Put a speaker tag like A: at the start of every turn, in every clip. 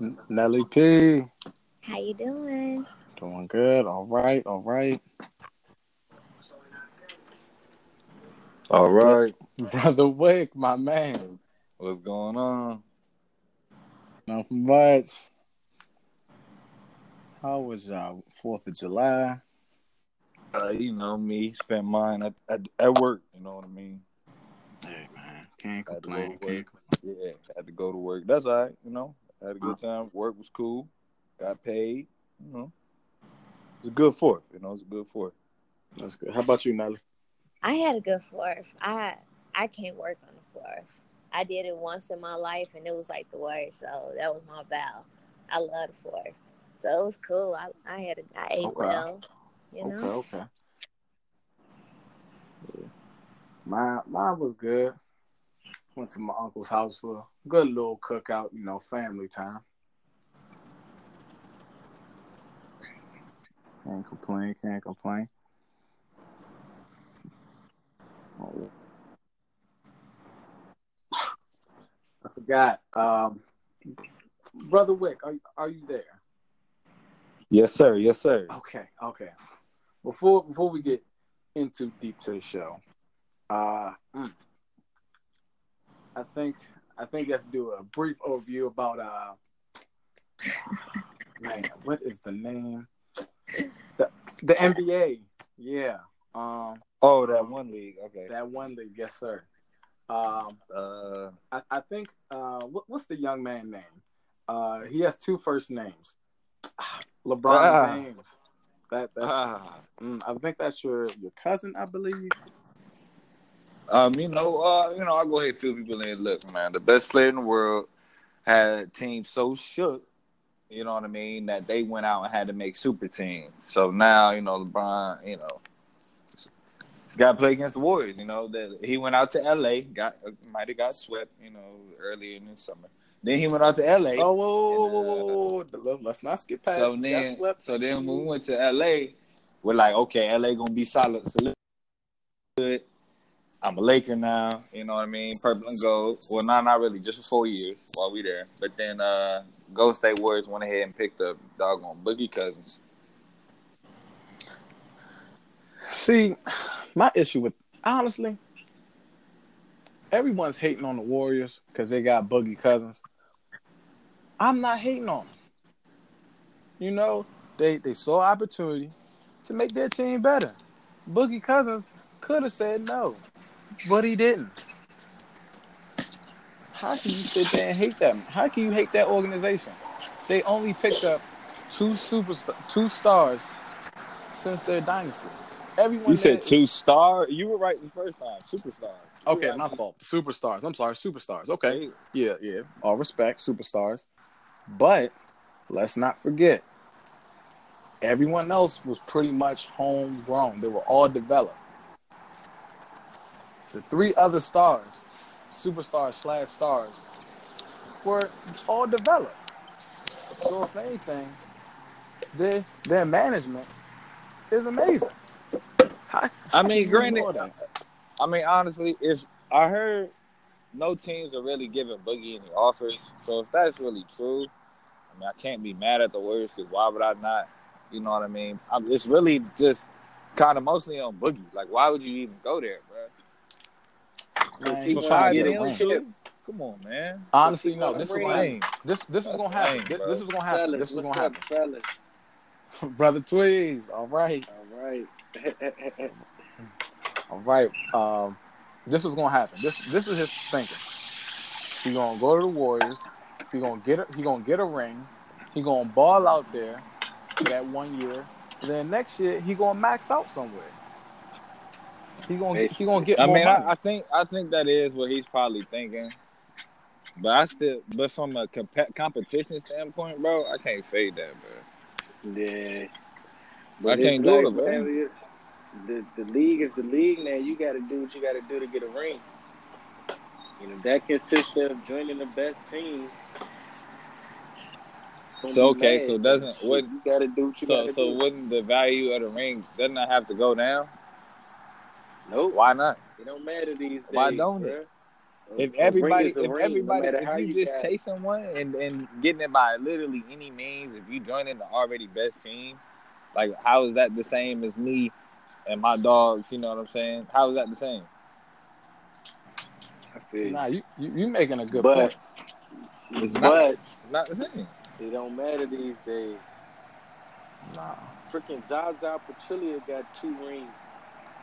A: N- Nelly P.
B: How you doing?
A: Doing good. All right. All right.
C: All right.
A: Brother Wick, my man.
C: What's going on?
A: Not much. How was uh Fourth of July?
C: Uh, you know me. Spent mine at, at, at work. You know what I mean?
A: Hey man, can't
C: Had to go to
A: complain.
C: work. Yeah, had to go to work. That's all right. You know, had a good time. Work was cool. Got paid. You know, it was good for it. You know, it was good for it.
A: That's good. How about you, Nelly?
B: I had a good fourth. I I can't work on the fourth. I did it once in my life and it was like the worst. So that was my vow. I love the fourth. So it was cool. I, I had a, I ate
A: Okay.
B: well. You know?
A: Okay, okay. Yeah. Mine, mine was good. Went to my uncle's house for a good little cookout, you know, family time. Can't complain, can't complain. Oh. I forgot. Um, Brother Wick, are, are you there?
C: Yes, sir. Yes, sir.
A: Okay, okay. Before before we get into deep to the show, uh, mm, I think I think you have to do a brief overview about uh, man, what is the name? The the NBA, yeah. Um,
C: Oh, that one league. Okay.
A: that one league, yes, sir. Um,
C: Uh,
A: I, I think uh, what, what's the young man name? Uh, he has two first names. LeBron
C: Ah.
A: James. That that's Mm, I think that's your your cousin, I believe.
C: Um, you know, uh, you know, I go ahead and fill people in. Look, man, the best player in the world had a team so shook, you know what I mean, that they went out and had to make super team. So now, you know, LeBron, you know, he's got to play against the Warriors. You know that he went out to L.A. got might have got swept, you know, earlier in the summer. Then he went out to L.A.
A: Oh, whoa, whoa, whoa, whoa, whoa, whoa. Let- Let's not skip past.
C: so
A: we got
C: then,
A: swept.
C: so then when we went to L.A., we're like, okay, L.A. gonna be solid, solid. Good. I'm a Laker now. You know what I mean? Purple and gold. Well, not not really, just for four years while we there. But then uh Golden State Warriors went ahead and picked up doggone Boogie Cousins.
A: see, my issue with honestly, everyone's hating on the Warriors because they got Boogie Cousins. I'm not hating on them. You know, they they saw opportunity to make their team better. Boogie Cousins could have said no, but he didn't. How can you sit there and hate them? How can you hate that organization? They only picked up two superstar, two stars since their dynasty. Everyone there is-
C: star. You were right the first time. Superstar.
A: Okay, my fault. Superstars. I'm sorry, superstars. Okay.
C: Okay.
A: Yeah, yeah. All respect, superstars. But let's not forget, everyone else was pretty much homegrown. They were all developed. The three other stars, superstars slash stars, were all developed. So if anything, their their management is amazing. How- how
C: I mean,
A: do you
C: granted,
A: ignore that?
C: I mean, honestly, if I heard no teams are really giving Boogie any offers, so if that's really true, I mean, I can't be mad at the Warriors because why would I not? You know what I mean? I, it's really just kind of mostly on Boogie. Like, why would you even go there, bro?
A: Man, he's
C: If he
A: trying to
C: tried
A: get
C: to
A: a
C: deal
A: ring.
C: with you, Come on, man.
A: Honestly, no.
D: Hold
A: This
D: the
A: was
D: ring.
A: gonna happen. This this was
C: That's
A: gonna happen.
C: lame,
A: This,
C: bro.
A: this was gonna happen.
D: Fellas,
A: This was
D: what's
A: gonna happen.
D: up, fellas?
A: Brother Twigs, all right,
D: All right.
A: all right. Um, this was gonna happen. This this is his thinking. He gonna go to the Warriors. He gonna get a, he gonna get a ring. He gonna ball out there for that one year. Then next year he gonna max out somewhere. He gonna he gonna get.
C: I
A: more
C: mean,
A: money.
C: I, I think I think that is what he's probably thinking. But I still, but from a comp- competition standpoint, bro, I can't say that, bro.
D: yeah.
C: I can't
D: it's
C: do
D: like,
C: it, bro.
D: man, it- The, the league is the league now. You got to do what you got to do to get a ring. You know, that consists of joining the best team. Don't
C: So,
D: be
C: okay,
D: mad.
C: so doesn't- what-
D: You got to do what you got
C: So,
D: to
C: so
D: do.
C: wouldn't the value of the ring doesn't that have to go down?
D: nope.
C: Why not?
D: It don't matter these days.
C: Why don't
D: bruh.
C: If
D: A- a
C: everybody,
D: ring is a
C: if
D: ring, no
C: everybody,
D: matter how
C: if you just
D: got it.
C: chasing one and, and getting it by literally any means, if you joining the already best team, like how is that the same as me and my dogs? You know what I'm saying? How is that the same?
D: I feel you.
A: Nah, you, you you making a good
D: But-
A: point.
C: It's not.
D: but
C: It's not the same.
D: it don't matter these days.
A: Nah.
D: Freaking Zaza Pachulia got two rings.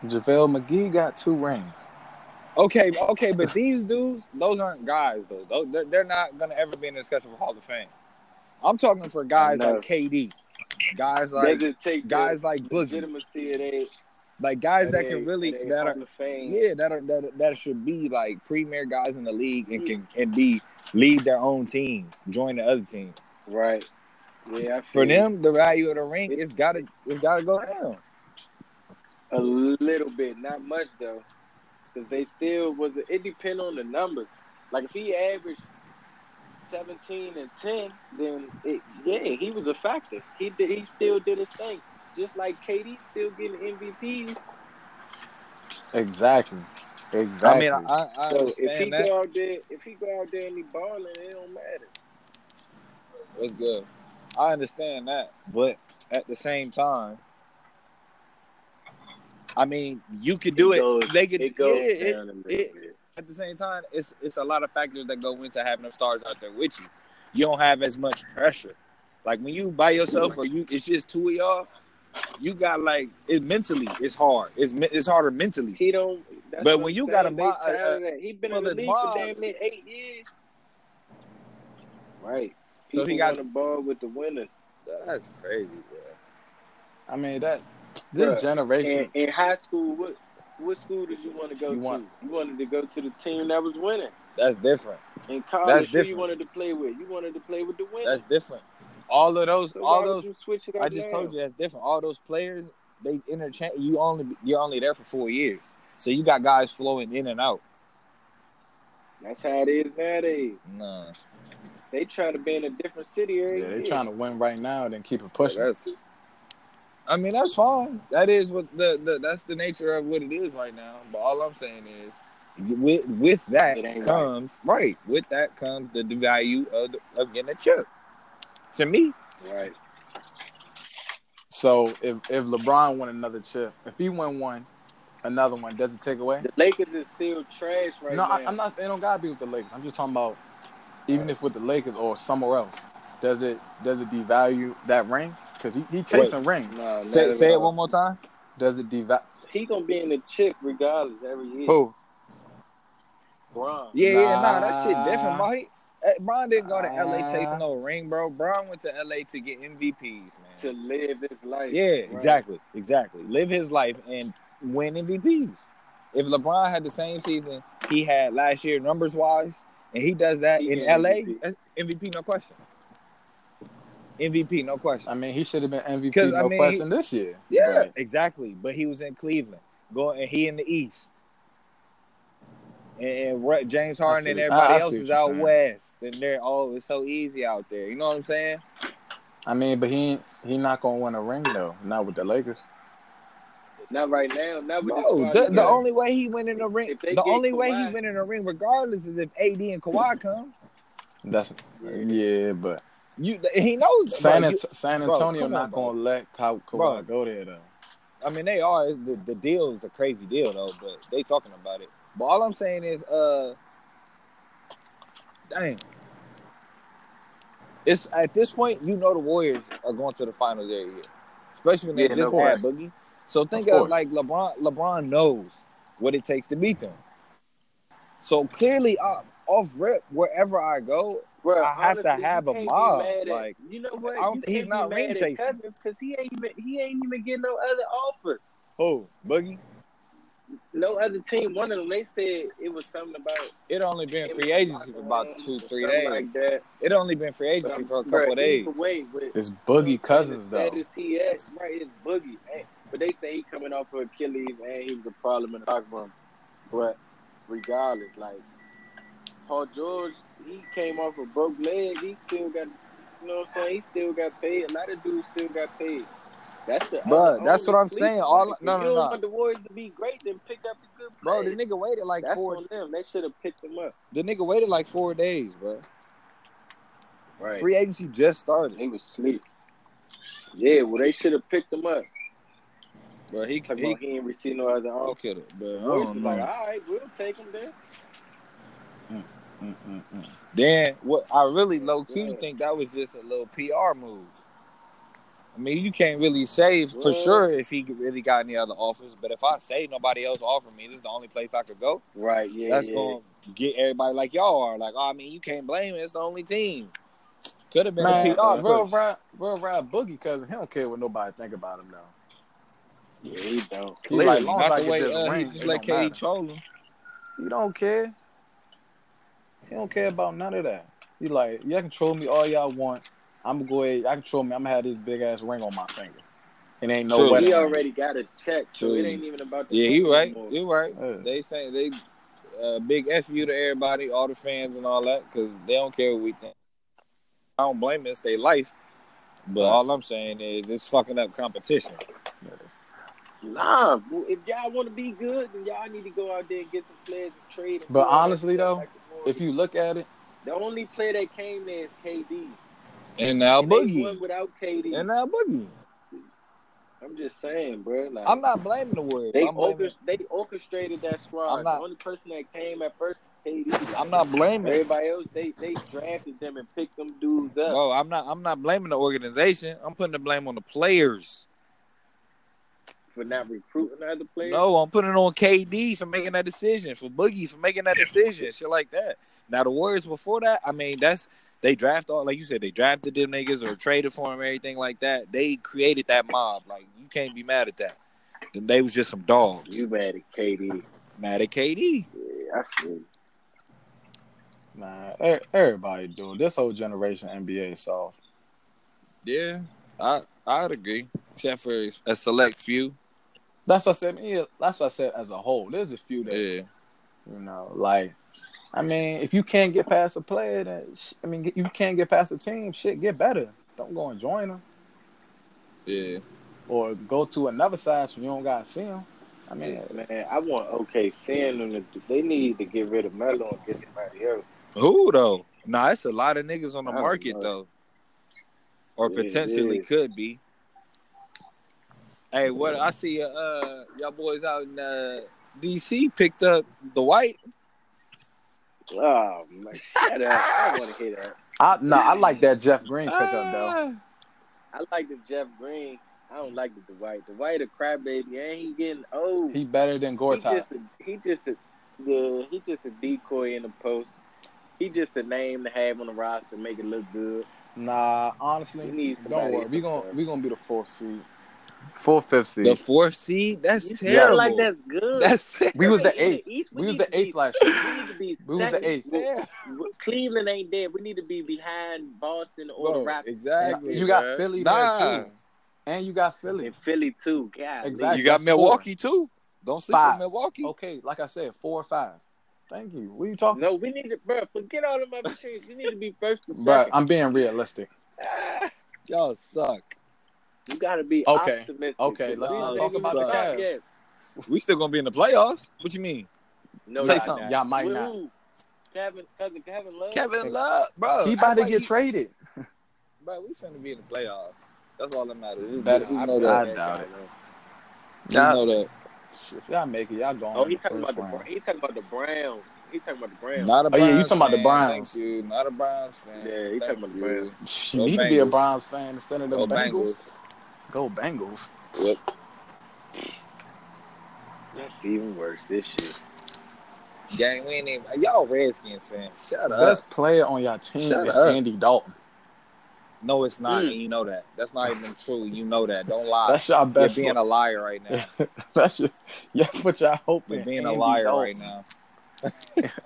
A: JaVale McGee got two rings.
C: Okay, okay, but these dudes, those aren't guys though. Tho- They're, they're not gonna ever be in the discussion for Hall of Fame. I'm talking for guys
D: I know.
C: like KD, guys like
D: Doesn't take the
C: guys like Boogie,
D: legitimacy of they,
C: like guys
D: of
C: that
D: they-
C: can really
D: of they
C: that are
D: Hall of Fame.
C: yeah that are that, that should be like premier guys in the league and can and be lead their own teams, join the other team.
D: Right. Yeah. I
C: For
D: feel you.
C: them, the value of the ring it's gotta it's gotta go down.
D: a little bit, not much though, because they still was. It depend on the numbers. Like if he averaged seventeen and ten, then it, yeah, he was a factor. He did. He still did his thing, just like KD still getting MVPs.
A: Exactly.
C: I
A: Exactly.
C: mean, I, I
D: So if he
C: understand that.
D: go out there, if he go out there and he balling, it don't matter.
C: That's good. I understand that, but at the same time, I mean, you could do it.
D: goes-
C: they could,
D: It goes
C: yeah. It,
D: down a little
C: it-
D: bit.
C: at the same time, it's it's a lot of factors that go into having them stars out there with you. You don't have as much pressure. Like when you by yourself or you, it's just two of y'all. You got like it mentally. It's hard. It's me- it's harder mentally.
D: He don't. That's
C: But
D: what
C: when
D: I'm
C: you
D: saying,
C: got a
D: they
C: mo-
D: tired
C: a-
D: of that. he been
C: well,
D: in the
C: the
D: league for
C: mobs.
D: damn near eight years. Right.
C: So
D: People
C: he got-
D: want to ball with the winners.
C: That's crazy, bro.
A: I mean that this
D: Bruh,
A: generation
D: And in high school, what what school did you want to go
A: You
D: to?
A: want-
D: you wanted to go to the team that was winning.
C: That's different.
D: In college, who you
C: different.
D: wanted to play with? You wanted to play with the winners.
C: That's different. All of those,
D: So
C: all
D: why
C: those
D: would you switch it up
C: I just
D: now?
C: told you that's different. All those players, they interchange. You only you're only there for four years, so you got guys flowing in and out.
D: That's how it is nowadays.
C: Nah,
D: They try to be in a different city every
A: yeah, they
D: year.
A: trying to win right now then keep it pushing.
C: that's. I mean, that's fine. That is what the, the that's the nature of what it is right now. But all I'm saying is, with with that
D: It ain't right.
C: comes right. With that comes the, the value of the, of getting a chip. To me,
D: Right.
A: So if if LeBron won another chip, if he win one, another one, does it take away?
D: The Lakers is still trash right
A: no,
D: now.
A: I, I'm not saying it don't gotta be with the Lakers. I'm just talking about even if with the Lakers or somewhere else, does it does it devalue that ring? Because he, he chasing rings.
D: No, not
C: say
D: at
C: say it
D: all.
C: one more time.
A: Does it devalue?
D: He gonna be in the chip regardless every year.
A: Who?
D: Bron.
C: Oh. Yeah, yeah, nah, that
A: Nah.
C: shit different, bro. He, eh, Bron didn't go to LA
A: Nah.
C: chasing no ring, bro. Bron went to LA to get MVPs,
D: To
C: man.
D: live his life.
C: Yeah,
D: Right.
C: exactly, exactly. Live his life and win MVPs. If LeBron had the same season he had last year, numbers wise, and he does that
D: He
C: in
D: getting
C: LA,
D: MVP.
C: that's MVP, no question. MVP, no question.
A: I mean, he should have been MVP,
C: 'Cause,
A: no
C: I mean,
A: question, this year.
C: Yeah,
A: But-
C: exactly. But he was in Cleveland, going and he in the East, and, and Ru- James Harden
A: see
C: and
A: what-
C: everybody
A: I- I see
C: else
A: what
C: is
A: you're
C: out
A: saying.
C: west, and they're oh, it's so easy out there. You know what I'm saying?
A: I mean, but he ain't- he not gonna win a ring though. Not with the Lakers.
D: Not right now. Not with
C: No,
D: this
C: the,
D: squad.
C: the only way he win in the ring,
D: If they
C: the
D: get
C: only way he
D: Kawhi-
C: win in the ring, regardless, is if AD and Kawhi come.
A: That's yeah, but
C: You, he knows.
A: San,
C: bro,
A: Ant-
C: you-
A: San
C: bro,
A: Antonio
C: come on,
A: not
C: bro.
A: gonna let Ka- Kawhi
C: Bro.
A: go there though.
C: I mean, they are the, the deal is a crazy deal though, but they talking about it. But all I'm saying is, uh, dang, it's at this point you know the Warriors are going to the finals every year, especially when they
D: Yeah, no
C: just had Boogie. So think
A: Of
C: of,
A: course.
C: like LeBron. LeBron knows what it takes to beat them. So clearly, uh, off rip wherever I go,
D: Bro,
C: I have to
D: honestly,
C: have
D: you
C: a
D: can't be
C: mob,
D: mad at-
C: like,
D: you know what?
C: I don't-
D: You
C: he's
D: can't be
C: not
D: mad
C: ring
D: at
C: chasing.
D: Cousins because he ain't even he ain't even getting no other offers.
C: who Boogie?
D: No other team. One of them they said it was something about
C: It only been free agency for about two, three
D: something
C: days.
D: like that.
C: It only been free
D: But
C: agency
D: I'm-
C: for a
D: bro,
C: couple of
D: either
C: days.
D: Way, with
A: It's Boogie Cousins
D: the
A: though.
D: status he at, right? It's Boogie, man. but they say he coming off of Achilles and he was a problem in the locker room. But regardless, like Paul George, he came off a broke leg. He still got, you know what I'm saying? He still got paid. A lot of dudes still got paid. That's the
C: Bruh,
D: other
C: that's what
D: only
C: I'm saying.
D: fleece,
C: All-
D: like, if
C: no, no,
D: you
C: no.
D: don't want the Warriors to be great, then pick up the good
C: Bro, the
D: players.
C: nigga waited like
D: That's
C: four.
D: on them. They should have picked them up.
C: The nigga waited like four days, bro.
D: Right.
C: Free agency just started,
D: They was sleep. Yeah, well, they should have picked them up.
C: bro. He
D: Talking
C: he
D: about he ain't received no other offer.
C: could have, bro. I
D: Warriors was
C: don't
D: like,
C: know.
D: all right, we'll take them then.
C: Then what? I really low key
D: Yeah.
C: think that was just a little PR move. I mean, you can't really say for
D: Well-
C: sure if he really got any other offers. But if I say nobody else offered me, this is the only place I could go.
D: Right, yeah.
C: That's
D: yeah.
C: gonna get everybody like y'all are. Like, oh, I mean, you can't blame it. It's the only team. Could have been
A: Man,
C: a PR
A: real
C: push.
A: rap, real rap boogie cousin. He don't care what nobody think about him now.
D: Yeah, he don't.
A: He
C: Clearly,
A: like, long as I
C: not the
A: get
C: way
A: this
C: uh,
A: ring,
C: he just
A: it
C: let
A: don't
C: KD
A: matter.
C: troll him.
A: He don't care. He don't care about none of that. He like, y'all control me all y'all want. I'm gonna go ahead. I control me. I'm gonna have this big ass ring on my finger. It ain't no
C: True.
A: wedding.
D: He
A: ring.
D: already got a check, so it
C: True.
D: ain't even about the
C: Yeah, he
D: money
C: right.
D: anymore.
C: He right.
A: Yeah.
C: They say they uh, big f you to everybody, all the fans and all that, because they don't care what we think. I don't blame it. It's their life. But all I'm saying is it's fucking up competition.
D: Nah, well, if y'all want to be good, then y'all need to go out there and get some players and trade. And
A: But
D: do all that
A: honestly,
D: stuff
A: though,
D: like the Warriors.
A: If you look at it,
D: the only player that came there is KD.
C: And now
D: And they won
C: Boogie.
D: without KD.
C: And now Boogie.
D: I'm just saying, bro. Like,
C: I'm not blaming the Warriors.
D: They
C: I'm blaming.
D: orchest- they orchestrated that squad.
C: I'm not-
D: the only person that came at first was KD.
C: I'm not blaming.
D: Everybody else, they they drafted them and picked them dudes up.
C: No, I'm not. I'm not blaming the organization. I'm putting the blame on the players.
D: for not recruiting other players.
C: No, I'm putting it on KD for making that decision, for Boogie for making that decision, shit like that. Now the Warriors before that, I mean, that's they draft all like you said, they drafted them niggas or traded for them, everything like that. They created that mob. Like you can't be mad at that. Then they was just some dogs.
D: You mad at KD?
C: mad at KD.
D: Yeah, I feel you.
A: nah, er- everybody do it. This whole generation NBA is soft.
C: Yeah, I I'd agree, except for a select few.
A: That's what I said. I mean, yeah, that's what I said as a whole. There's a few that
C: Yeah,
A: you know, like, I mean, if you can't get past a player, then sh- I mean, you can't get past a team. Shit, get better. Don't go and join them
C: yeah.
A: or go to another side so you don't gotta see them. I mean,
D: man, I want OKC and them. To, they need to get rid of Melo and get somebody else.
C: Who though? Nah, it's a lot of niggas on the
D: I don't
C: market
D: know.
C: though, or
D: Yeah, it
C: potentially
D: is.
C: could be. Hey, what I see, uh, y'all boys out in uh, DC picked up the white.
D: Oh man, shut up! I want to hear that.
A: I no, I like that Jeff Green pickup though.
D: Ah.
C: Ah,
D: I like the Jeff Green. I don't like the Dwight. Dwight a crybaby, and he getting old.
A: He better than
D: he just
A: Gortat.
D: a, he just a, yeah, he just a decoy in the post. He just a name to have on the roster, make it look good.
A: Nah,
D: He
A: honestly,
D: needs
A: don't
D: somebody
A: worry. We
D: to-
A: gonna we gonna be the fourth seed, fourth fifth seed.
C: The fourth seed. That's
D: You sound
C: terrible.
D: like that's good.
C: That's ter-
A: we was
D: Hey,
A: the
D: in
A: eighth.
D: East,
A: We was
D: need
A: the
D: to
A: eighth
D: be-
A: last
D: We
A: year.
D: need to be
A: We was the
D: second.
A: eighth.
D: Well, Cleveland ain't there. We need to be behind Boston or the
C: Bro,
D: Rockets.
C: exactly.
A: You got
C: bruh.
A: Philly
C: Nah.
A: there too, and you got Philly.
D: And Philly too. God,
A: Exactly.
C: You got
A: That's four.
C: Milwaukee too. Don't sleep on
A: Five. Oh.
C: Milwaukee.
A: Okay, like I said, four or five. Thank you. What are you talking?
D: No, we need to, bro. Forget all them other teams. We need to be first or second.
A: But I'm being realistic.
C: y'all suck.
D: you gotta be
A: Okay.
D: optimistic.
A: Okay, let's
D: We
C: not
D: ain't
C: talk
D: even
C: about the
D: top
A: Cavs.
D: yet.
C: We still gonna be in the playoffs. What you mean?
D: No,
A: Say
D: y'all
A: something.
D: not.
A: Y'all might not.
D: Woo. Kevin, cousin Kevin Love.
C: Kevin Love, bro.
A: He about
C: act
A: to
C: like
A: get traded.
C: Bro, we finna be in the playoffs. That's all that matters. Just,
A: That-
C: just know that.
A: I doubt it.
C: Just know that.
A: If y'all make it, y'all going.
D: Oh, he
A: in the
D: talking
A: first
D: about the
A: round.
D: Bra- he talking about the Browns. He talking about the Browns.
C: Not a
A: Oh,
C: Browns
A: yeah, you talking about the
C: fan.
A: Browns.
C: Thank you. Not a Browns fan.
D: Yeah, you
C: Thank
D: talking about the
C: you.
D: Browns.
A: You need to be a
C: Bengals.
A: Browns fan instead of the
C: Go
A: Bengals.
C: Bengals.
A: Go Bengals.
C: Yep.
D: That's even worse this year.
C: Gang, we ain't even. Y'all Redskins fan. Shut up.
A: Best player on your team
C: Shut
A: is
C: up.
A: Andy Dalton.
C: No, it's not.
D: Mm.
C: and You know that. That's not even true. You know that. Don't lie.
A: That's your
C: Ah, You're
A: best.
C: being a liar right now.
A: That's your. Yeah, but y'all hoping.
C: You're being a
A: Andy
C: liar
A: Dalton.
C: right now.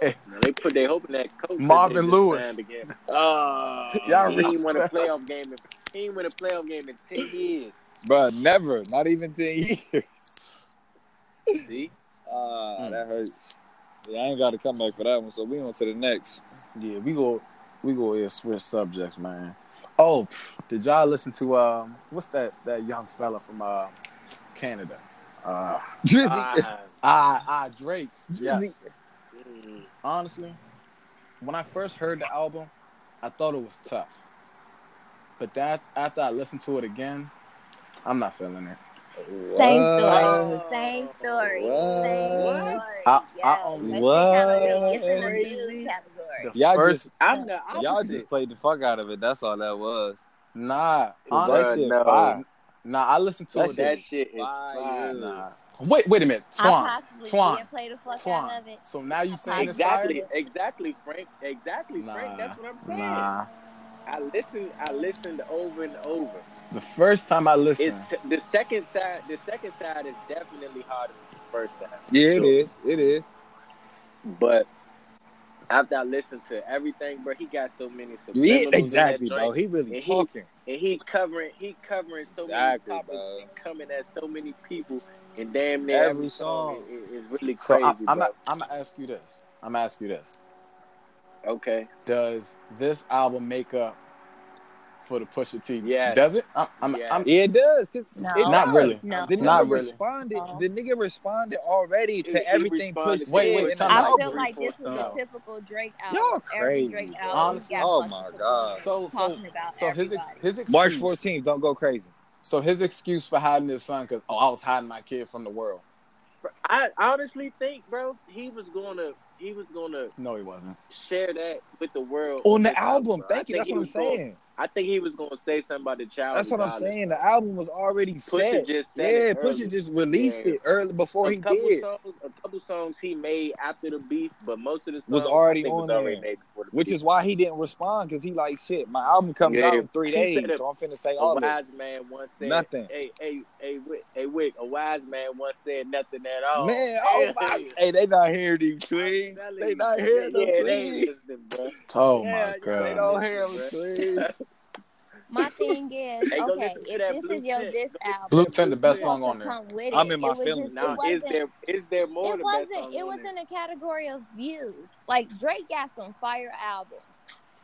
D: Now, they put they hoping that coach
A: Marvin
D: that they just
A: Lewis.
D: signed Again.
C: Uh,
A: Ah. Y'all
D: He ain't won a
A: Reset.
D: playoff game. In, he ain't won a playoff game in ten years.
C: bro, never. Not even 10 years.
D: See,
C: Ah,
A: Mm.
C: that hurts. Yeah, I ain't got to come back for that one. So we on to the next.
A: Yeah, we go. We go here. Switch subjects, man. Oh, pff, did y'all listen to um what's that that young fella from uh Canada? Uh
C: Drizzy.
D: Ah,
A: I I Drake. Yes.
C: Drizzy.
D: mm,
A: Honestly, when I first heard the album, I thought it was tough. But that after I listened to it again, I'm not feeling it.
B: Same story.
C: Wow.
B: Same story.
C: What?
B: Same story.
A: I- I
B: yeah,
A: only-
B: that shit kinda really gets in the dudes category.
A: The
C: Y'all
A: first
D: I'm the
C: Y'all
D: opposite.
C: just played the fuck out of it. That's all that was.
A: nah,
C: That
A: honestly,
C: shit
D: no.
C: fire.
A: nah. I listened to
C: That
A: it.
D: that shit is
C: Fire.
D: fire.
A: Nah. Wait, wait a minute,
B: I
A: Twan,
B: possibly
A: Twan,
B: did play the fuck out
A: Twan.
B: of it.
A: So now you saying it's fire?
D: Exactly, exactly, Frank. Exactly,
A: Nah.
D: Frank. That's what I'm saying.
A: Nah.
D: I listened. I listened over and over.
A: The first time I
D: It's
A: listened,
D: t- the second side. The second side is definitely harder than the first side.
C: Yeah, it
D: Sure.
C: is. It is.
D: But after I listened to everything, bro, he got so many subliminals
C: Yeah,
D: in that
C: exactly,
D: joint.
C: bro. He really
D: And he-
C: talking.
D: and he covering he covering so
C: Exactly,
D: many topics
C: bro.
D: and coming at so many people and damn near every,
C: Every
D: song
C: song.
D: is is really
A: so
D: crazy.
A: I, I'm
D: bro.
A: a, I'm gonna ask you this. I'm gonna ask you this.
D: okay,
A: Does this album make up for the Pusha T?
D: Yes.
A: Does it? I'm, I'm,
D: Yes.
A: I'm
C: Yeah, it does. 'cause
B: No.
C: it
A: Not
C: does.
A: really.
B: No.
C: The nigga
A: Not really.
C: responded.
B: Uh-huh.
C: The nigga responded already to
D: He- he
C: everything.
D: responded
C: Push
D: to
A: Wait,
C: said
A: wait,
C: in
A: time out.
C: the
B: I
A: like
B: feel
C: album.
B: like this was
A: No.
B: a typical Drake album.
C: Y'all
B: Every
C: crazy,
B: Drake
C: bro.
B: album,
A: Honestly.
B: got
C: Oh,
B: fucking
C: my
B: subliminals
C: God.
A: So- so-
B: talking about
A: So his ex,
B: everybody.
A: his excuse,
C: March 14th. Don't go crazy.
A: So his excuse for hiding his son because oh I was hiding my kid from the world.
D: I honestly think, bro, he was gonna he was gonna
A: No, he wasn't.
D: share that with the world
C: On the
D: With us,
C: album.
D: bro. I
C: Thank you.
D: think
C: That's
D: he
C: what I'm
D: was gonna-
C: saying.
D: I think he was gonna say something about the child.
C: That's what I'm
D: regardless.
C: saying. The album was already set.
D: just said
C: Yeah,
D: it early.
C: Pusha just released
D: Yeah.
C: it early before
D: a
C: he
D: couple
C: did,
D: songs, a couple songs he made after the beef, but most of the songs
C: Was already
D: I think
C: on
D: was already
C: there.
D: made before the
C: which
D: beef.
C: is why he didn't respond because he like shit. My album comes
D: Yeah.
C: out in three
D: He
C: days,
D: said it-
C: so I'm finna say
D: a
C: all of it.
D: wise man once said
C: Nothing.
D: Hey, hey, hey, Wick, hey, Wick, a wise man once said nothing at all.
C: Man, oh my! Hey, they not hearing these tweets.
D: telling
C: They
D: you.
C: not hearing
D: yeah,
C: them
D: yeah, they ain't
C: tweets.
D: listening, bro.
A: Oh
D: Yeah,
A: my
D: yeah,
A: god.
C: They don't hear them tweets.
B: My thing is,
D: Hey, go
B: okay,
D: listen to
B: if
D: that
B: this
D: Blue
B: is your
D: Tint.
B: diss album,
A: Blue Tent, the best
B: you
A: song
B: supposed
A: on
B: to
A: there.
B: come with it.
C: I'm in my
B: It was
C: feelings
B: just-
D: Now,
B: it
D: is
B: wasn't
D: there is there more?
B: it
D: to that song
B: wasn't it
D: on
B: was
D: there?
B: in a category of views like drake got some fire albums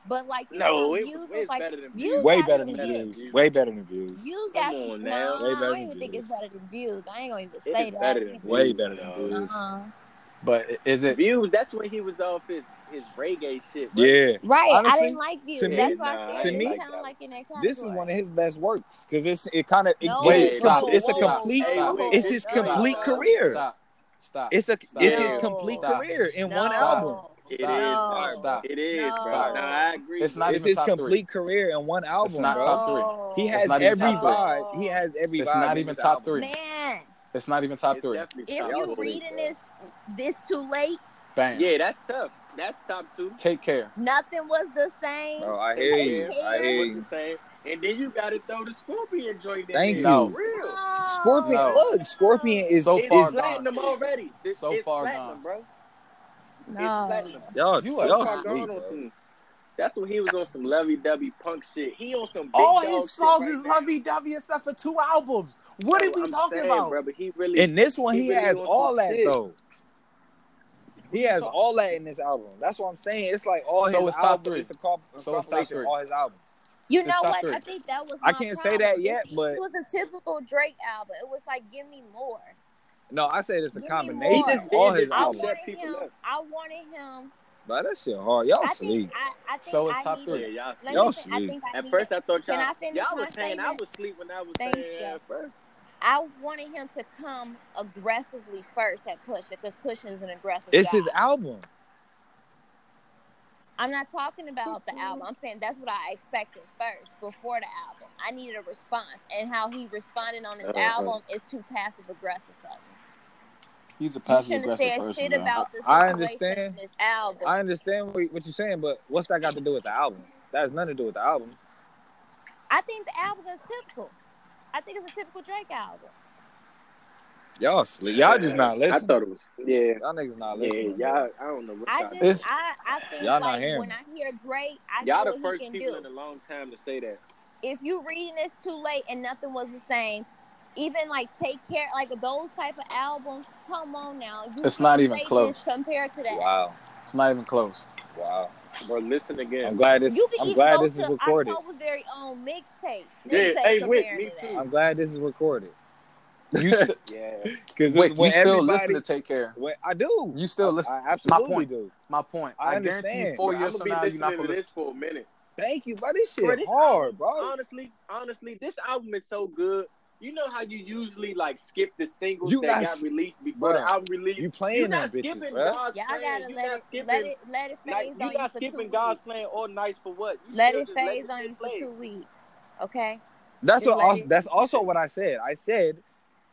B: but like you
D: No,
B: know
D: it,
B: views was
D: it's
B: like
D: better than
B: views
D: views.
C: Way
B: got
C: better
B: some
C: than
D: Better than
C: views.
D: views.
C: Way better than views.
B: views
D: Come
B: got some
D: on now.
B: nah,
C: Way
B: i
C: better
B: don't
C: than
B: even think it's
C: views.
B: better than views i ain't gonna even
D: It
B: say
D: is
B: that
D: better than
C: Way
D: views,
C: better than
D: dog.
C: views.
B: uh-uh.
A: But is it?
D: Views. That's when he was off his his reggae shit. Right?
C: Yeah,
B: right i
C: Honestly,
B: didn't like views
C: to me-
B: that's why i
D: nah,
B: said
C: to
B: it
C: me,
B: was kind
D: that.
B: of like in that category
C: this is one of his best works because it's it kind of
B: No,
A: Wait,
C: it's,
A: stop,
C: it's a
A: whoa,
C: complete
A: whoa, whoa,
C: it's his
B: no,
C: complete
B: no,
C: career.
A: Stop. Stop.
C: It's a
A: Stop.
C: it's his
D: No.
C: complete
A: Stop.
C: career in
B: no,
C: one
A: Stop.
C: album.
D: It is,
A: Stop.
D: bro.
A: Stop.
D: It is, bro.
A: Stop.
D: Nah, I agree.
A: It's
D: bro.
A: not
C: It's
A: even
C: his
A: top
C: complete career in one album,
A: It's not
C: bro.
A: top three.
B: no.
C: He
A: It's
C: has
A: not even
C: every
A: top three.
C: vibe. He has every
A: It's
C: vibe.
A: not
C: in
A: even
C: this
A: top
C: album.
A: three.
B: man
A: It's not even top
D: It's
A: three.
D: definitely
B: if
D: top
B: you
C: Y'all
D: three,
B: reading
D: bro.
B: this this too late
A: Bang.
D: Yeah, that's tough. That's top two.
A: Take care.
B: nothing was the same
C: Bro, I
D: Take
C: hear you.
D: care.
C: I hear
D: What's
C: you.
D: the same? And then you gotta throw the scorpion joint in
C: Thank
D: there.
A: you.
D: For Real.
C: Scorpion,
A: No.
C: look, Scorpion is
A: So
D: It is
A: far gone.
D: platinum already. It-
A: So
D: it's
A: far
D: platinum,
A: gone.
D: bro. It's
B: No.
D: platinum.
C: y'all.
A: You
D: So
A: are
C: y'all
D: far
A: not-
C: sweet,
D: gone
C: bro.
D: on some. That's when he was on some lovey dovey punk shit. He on some big
A: All
D: dog
A: his
D: shit
A: songs
D: right
A: is
D: now.
A: lovey dovey except for two albums. What are
D: No,
A: we
D: I'm
A: talking
D: saying,
A: about?
D: bro, but he really
C: In this one,
D: He
C: he
D: really
C: has
D: on
C: all
D: some
C: that
D: shit.
C: though. He has all that in this album. That's what I'm saying. It's like all his
A: So it's top
C: albums.
A: three.
C: It's a comp- a
A: So it's top
C: compilation of
A: three.
C: all his albums.
B: You
A: It's
B: know
A: top
B: what?
A: three.
B: I think that was
C: I
B: my
C: can't say
B: problem.
C: that yet,
B: It
C: but
B: was a typical Drake album. It was like, give me more.
C: no, I say it's
B: Give me
C: a
D: He
C: combination
B: more.
D: just
C: of
D: did
C: all
D: this
C: his
D: to
B: I
C: albums.
D: shut
B: wanted
D: people
B: him.
D: up.
B: I wanted him.
C: Bro, that shit hard. Y'all
B: I think.
C: sleep.
B: I, I think
A: So it's
B: I
A: top
B: needed.
A: three.
D: Yeah, y'all
B: Let
C: Y'all
B: me
D: sleep.
B: think. I
C: sleep.
B: think I
D: At
B: needed.
D: first, I thought
B: Can
D: y'all
B: I finish
D: y'all
B: my
D: was saying I
B: statement?
D: was asleep when I was
B: Thank
D: saying
B: you.
D: that at first.
B: I wanted him to come aggressively first at Pusha because Pusha is an aggressive
C: It's
B: guy.
C: his album.
B: I'm not talking about the album. I'm saying that's what I expected first before the album. I needed a response, and how he responded on his
D: Uh-huh.
B: album is too passive aggressive of him.
A: He's a
B: You
A: passive
B: shouldn't have
A: aggressive
B: said
A: person.
B: shit
A: bro.
B: about the situation
C: I
B: in
C: understand.
B: this album.
C: I understand what, what you're saying, but what's that got to do with the album? That has nothing to do with the album.
B: I think the album is typical. I think it's a typical Drake album.
C: Y'all sleep. Y'all just not
D: I
C: listening.
D: thought it was. Yeah,
C: Y'all niggas not
D: yeah.
C: listening. bro.
D: Y'all, I don't know what
B: I
D: y'all.
B: just,
A: It's-
B: I, I think
C: Y'all not
B: like
C: hearing
B: when
C: me.
B: I hear Drake, I
D: y'all
B: know
D: the
B: what
D: first
B: he can
D: people
B: do.
D: in a long time to say that.
B: if you reading this too late and nothing was the same, even like take care, like those type of albums. Come on now, you
A: It's not
B: can't
A: even
B: say
A: close.
B: This compared to that,
C: Wow.
A: It's not even close.
C: Wow.
D: Bro, listen
C: I'm
D: again.
C: glad this.
B: You can
C: I'm
B: even
C: glad
B: go
C: this
B: to
C: is recorded.
B: October's very own mixtape.
D: Yeah,
B: Mixtape
D: hey, Wick,
B: compared
D: me
B: to that.
D: too.
C: I'm glad this is recorded.
A: You s-
D: Yeah.
C: Because
A: wait, you
C: when
A: still
C: everybody,
A: listen to Take Care.
C: when- I do.
A: You still
C: I-
A: listen.
C: I absolutely
A: My point.
C: do.
A: My point.
C: I
A: I, guarantee you,
C: understand,
A: four
D: Bro,
A: years
D: I'ma
A: from
D: be
A: now, you're not
D: listening
A: gonna
D: to
A: listen.
D: this for a minute.
C: Thank you, bro. This shit
D: Bro, this-
C: hard, bro.
D: Honestly, honestly, this album is so good. You know how you usually like skip the singles
C: You not-
D: that got released before
C: Bruh,
D: the album release.
C: You
D: You're
C: playing
D: not
C: that
D: skipping
C: bitches, bro.
D: God's
B: Y'all
D: plan.
B: gotta
D: you
B: let
D: not
B: it
D: skipping
B: let it let it
D: like
B: phase
D: you
B: on you
D: not
B: for two
D: skipping
B: weeks.
D: God's plan all nights for what? You
B: Let
D: still
B: it
D: just
B: phase
D: let
B: on
D: the
B: you
D: shit
B: for
D: play.
B: two weeks. Okay.
C: That's
B: Just
C: what.
B: let
C: Also,
B: it-
C: that's also what I said. I said,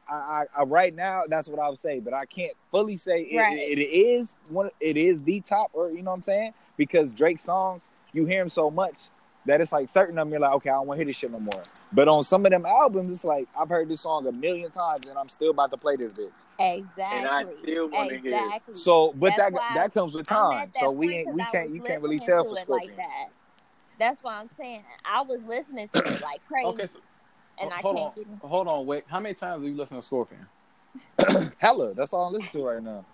C: I, I, I right now that's what I would say, but I can't fully say it,
B: Right.
C: it is one. It is the top, or you know what I'm saying? Because Drake songs, you hear him so much that it's like certain of them. You're like, okay, I don't want to hear this shit no more. But on some of them albums, it's like I've heard this song a million times, and I'm still about to play this bitch.
B: Exactly.
D: And I still wanna hear it.
B: exactly.
C: So, but
B: That's
C: that
B: why
C: that comes with
B: I'm
C: time.
B: at that
C: So
B: point
C: we ain't
B: 'cause
C: we
B: I
C: can't
B: was
C: you can't really
B: listening
C: tell
B: to
C: for
B: it like
C: Scorpion.
B: that. That's why I'm saying I was listening to it like crazy,
A: Okay, so
B: and I
A: hold
B: can't
A: on,
B: get it.
A: hold on, wait. How many times have you listened to Scorpion?
C: Hella, that's all I listen to right now.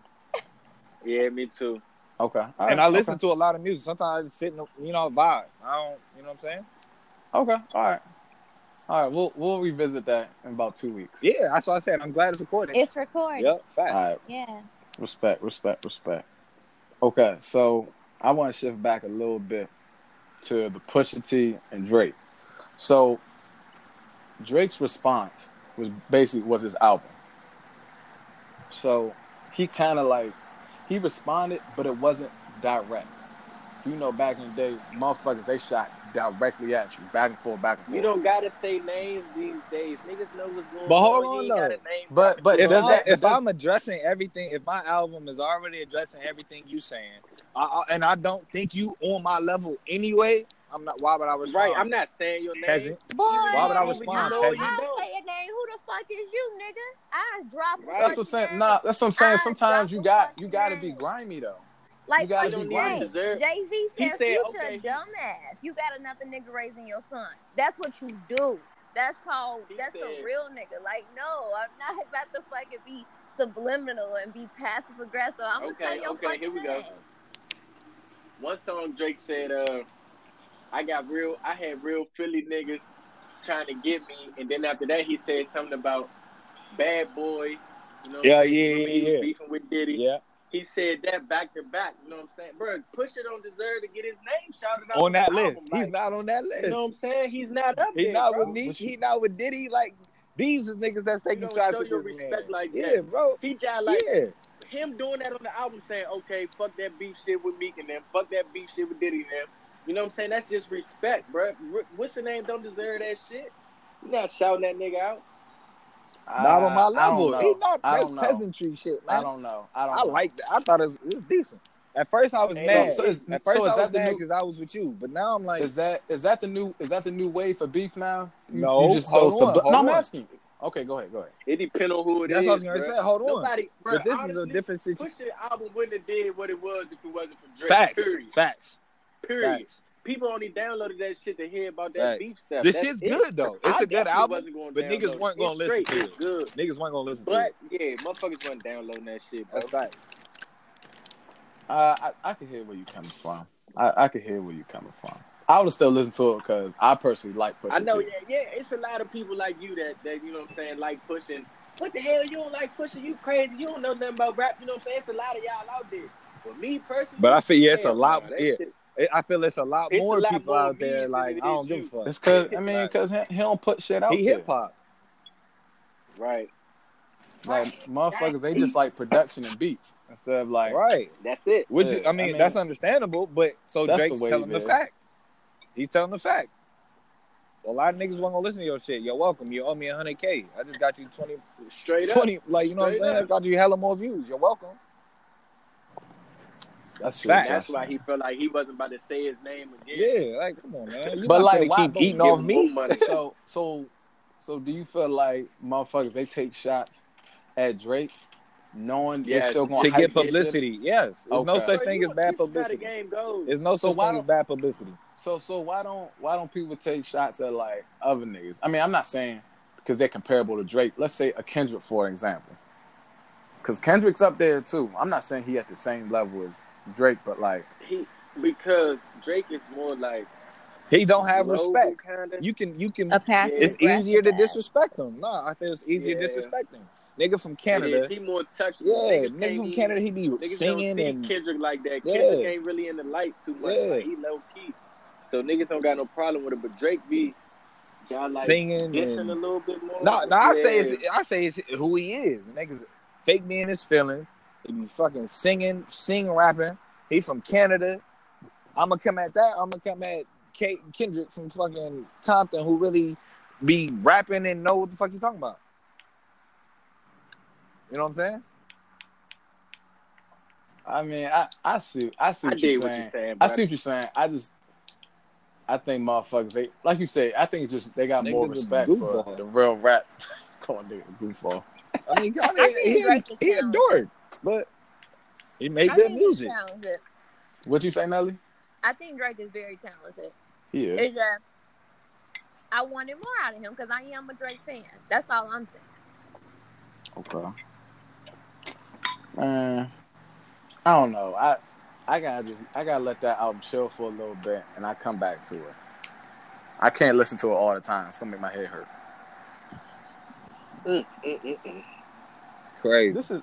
D: Yeah, me too.
A: Okay, all right,
C: and I listen to a lot of music. Sometimes I sit in, the- you know, vibe. I don't, you know what I'm saying?
A: Okay, okay, all right, all right. We'll we'll revisit that in about two weeks.
C: Yeah, that's what I said. I'm glad it's recorded.
B: It's recorded.
C: Yep,
A: All
C: facts.
A: right,
B: Yeah.
A: respect, respect, respect. Okay, so I want to shift back a little bit to the Pusha T and Drake. So Drake's response was basically was his album. So he kind of like he responded, but it wasn't direct. You know, back in the day, motherfuckers they shot directly at you, back and forth, back and forth.
D: You don't gotta say names these days. Niggas know what's going
C: But hold
D: on.
C: on,
D: You ain't gotta
C: though.
D: name
A: but but
C: If,
A: does
C: I,
A: that
C: if
A: does-
C: I'm addressing everything, if my album is already addressing everything you saying, I, I, and I don't think you on my level anyway, I'm not. Why would I respond?
D: right. I'm not saying your name.
C: peasant.
B: Boy,
C: Why would I
B: I-
C: respond,
B: I,
C: peasant?
B: I'll say your name. Who the fuck is you, nigga? I drop.
D: Right.
A: that's what I'm saying. Nah, that's what I'm
B: I
A: saying. Sometimes you
B: don't
A: got
B: fucking
A: you got to be
B: know.
A: grimy though.
B: Like
A: You gotta
D: You
B: fucking
D: don't
A: be
D: even
A: grimy.
B: Jay.
D: deserve.
B: Jay Z
D: He
B: said,
D: said,
B: "Future
D: okay,
B: a
D: he-
B: dumbass. You got another nigga raising your son. That's what you do. That's called.
D: He
B: That's a
D: said-
B: real nigga. Like no, I'm not about to fucking be subliminal and be passive aggressive. I'm gonna
D: Okay,
B: say your
D: okay,
B: fucking
D: here we go.
B: name.
D: One song Drake said, uh, I got real, I had real Philly niggas trying to get me. And then after that, he said something about bad boy. You know what
C: Yeah,
D: I'm saying?
C: yeah,
D: Remember
C: yeah,
D: he was
C: yeah.
D: Beefing with Diddy.
C: Yeah,
D: He said that back to back. You know what I'm saying? Bro, Pusha don't deserve to get his name shouted out
C: on that
D: the
C: list,
D: album,
C: he's
D: like,
C: not on that list.
D: You know what I'm saying? He's not up
C: He
D: there.
C: not
D: bro.
C: with Meek. He not with Diddy. Like these is niggas that's taking
D: don't
C: shots
D: show
C: at
D: your
C: this man.
D: respect like
C: yeah, bro.
D: He just like
C: yeah.
D: him doing that on the album saying, okay, fuck that beef shit with Meek and them, fuck that beef shit with Diddy and them. You know what I'm saying? That's just respect, bro. R- What's your name? Don't deserve that shit. You not shouting that nigga out.
C: not on my
A: I- I don't
C: level.
A: know.
C: He's not
A: I
C: that's
A: don't know.
C: peasantry shit, man.
A: I
C: I,
A: don't know. I don't. know.
C: like that. I thought it was, it was decent. At first, I was
D: So-
C: mad.
A: so is-
C: At first,
A: so is
C: I was
A: that the
C: mad
A: new-
C: because I was with you, but now I'm like,
A: Is that is that the new is that the new way for beef now? You-
C: No,
A: you just
C: hold
A: go
C: on,
A: subli-
C: hold
A: no, I'm
C: on.
A: asking. you. Okay, go ahead, go ahead.
D: It depends on who it
C: that's
D: is,
C: what I was gonna
D: bruh.
C: say. Hold on,
D: Nobody, bro.
C: but this
D: honestly,
C: is a different situation.
D: Push the album wouldn't have did what it was if it wasn't for Drake.
C: Facts,
D: Period.
C: facts,
D: Period.
C: facts.
D: People only downloaded that shit to hear about that
C: Facts.
D: beef stuff.
C: This
D: That's
C: shit's
D: it.
C: good, though. It's
D: I
C: a good
D: definitely
C: album,
D: wasn't gonna
C: but niggas
D: download
C: weren't
D: it.
C: gonna
D: It's
C: listen
D: straight.
C: to it.
D: It's good.
C: Niggas weren't gonna listen to
D: But
C: it.
D: yeah, motherfuckers wasn't downloading that shit, bro.
C: That's facts.
A: Uh, I I can hear where you coming from. I I can hear where you coming from. I would still listen to it because I personally like Pusha
D: I know,
A: T.
D: yeah, yeah. It's a lot of people like you that, that you know what I'm saying, like pushing. What the hell? You don't like pushing? You crazy? You don't know nothing about rap? You know what I'm saying? It's a lot of y'all out there. But me personally,
C: But I feel yeah, it's a
D: hell,
C: lot.
D: bro, that
C: Yeah,
D: shit-
C: it- I feel it's a lot
D: It's a
C: more
D: lot
C: people
D: more
C: out
D: views
C: there.
D: than
C: Like
D: it
C: I don't
D: is
C: give a
D: you.
C: fuck.
A: It's because I mean because he, he don't put shit out.
C: He
A: there.
C: hip hop.
D: right.
A: Like motherfuckers, they just like production and beats instead of like.
C: right.
D: That's it.
C: Which
A: Yeah,
C: I, mean,
A: I mean-
C: that's understandable, but so
A: That's the
C: Drake's
A: way
C: telling the
A: it is.
C: fact. He's telling the fact. A lot of niggas wasn't gonna listen to your shit. You're welcome. You owe me hundred K. I just got you 20,
D: Straight up.
C: 20 like you know
D: Straight
C: what I'm saying?
D: up.
C: I got you hella more views. You're welcome.
A: That's
C: Facts.
D: That's why he felt like he wasn't about to say his name again.
C: Yeah, like come on, man. You
A: But,
C: but
A: like,
C: like,
A: why-
C: keep
A: but
C: eating
D: Give
C: off
D: him
C: me.
D: more money.
A: so so so do you feel like motherfuckers they take shots at Drake knowing
D: Yes.
A: they're still gonna
C: to
A: hype
C: get
A: his shit?
C: publicity. Yes, there's no
A: Okay.
C: such
D: Bro,
C: thing
D: you
C: as
D: know-
C: bad
D: this is how the
C: publicity.
D: game goes.
C: There's no
A: So
C: such
A: why
C: thing as
A: don't-
C: bad publicity.
A: So so why don't why don't people take shots at like other niggas? I mean, I'm not saying because they're comparable to Drake. Let's say a Kendrick for example, because Kendrick's up there too. I'm not saying he at the same level as Drake, but like
D: He because Drake is more like
C: He don't have
D: global
C: respect.
D: Kinda.
C: You can you can
B: A path.
D: Yeah.
C: it's easier to
B: disrespect.
C: disrespect him. No, I think it's easier
D: Yeah.
C: to disrespect him. Nigga from
D: It
C: Canada.
D: is. He more touched.
C: Yeah,
D: Niggas
C: nigga
D: can't
C: from
D: even-
C: Canada he be
D: Niggas
C: singing
D: don't see
C: and
D: Kendrick like that.
C: Yeah.
D: Kendrick ain't really in the light too much.
C: Yeah.
D: Like, he low key, so niggas don't got no problem with it. But Drake be y'all like
C: singing
D: dissing a
C: and
D: little bit more.
C: No, no, I say
D: Yeah.
C: it's I say it's who he is. Niggas fake me in his feelings. He be fucking singing, sing rapping. He from Canada. I'ma come at that. I'ma come at Kate Kendrick from fucking Compton who really be rapping and know what the fuck you talking about. You know what I'm saying?
A: I mean, I, I see, I see
D: I
A: what, you're
D: dig
A: saying.
D: what you're saying.
A: I
D: But
A: see what you're saying. I just, I think motherfuckers, they like you say. I think it's just they got
C: Niggas
A: more
C: a
A: respect for
C: goofball.
A: the real rap. Call nigga a goofball.
C: I mean, I
B: I
C: mean
B: think
C: he,
B: it's right to
C: he a
B: sound.
C: dork, but he made
B: I
C: good
B: think he
C: music.
B: sounds good.
A: What you say, Nelly?
B: I think Drake is very talented.
A: He is.
B: It's just I wanted more out of him because I am a Drake fan. That's all I'm saying.
A: Okay. Man, I don't know. I I gotta just I gotta let that album chill for a little bit, and I come back to it. I can't listen to it all the time. It's gonna make my head hurt.
D: mm, mm, mm, mm.
C: Crazy.
A: This is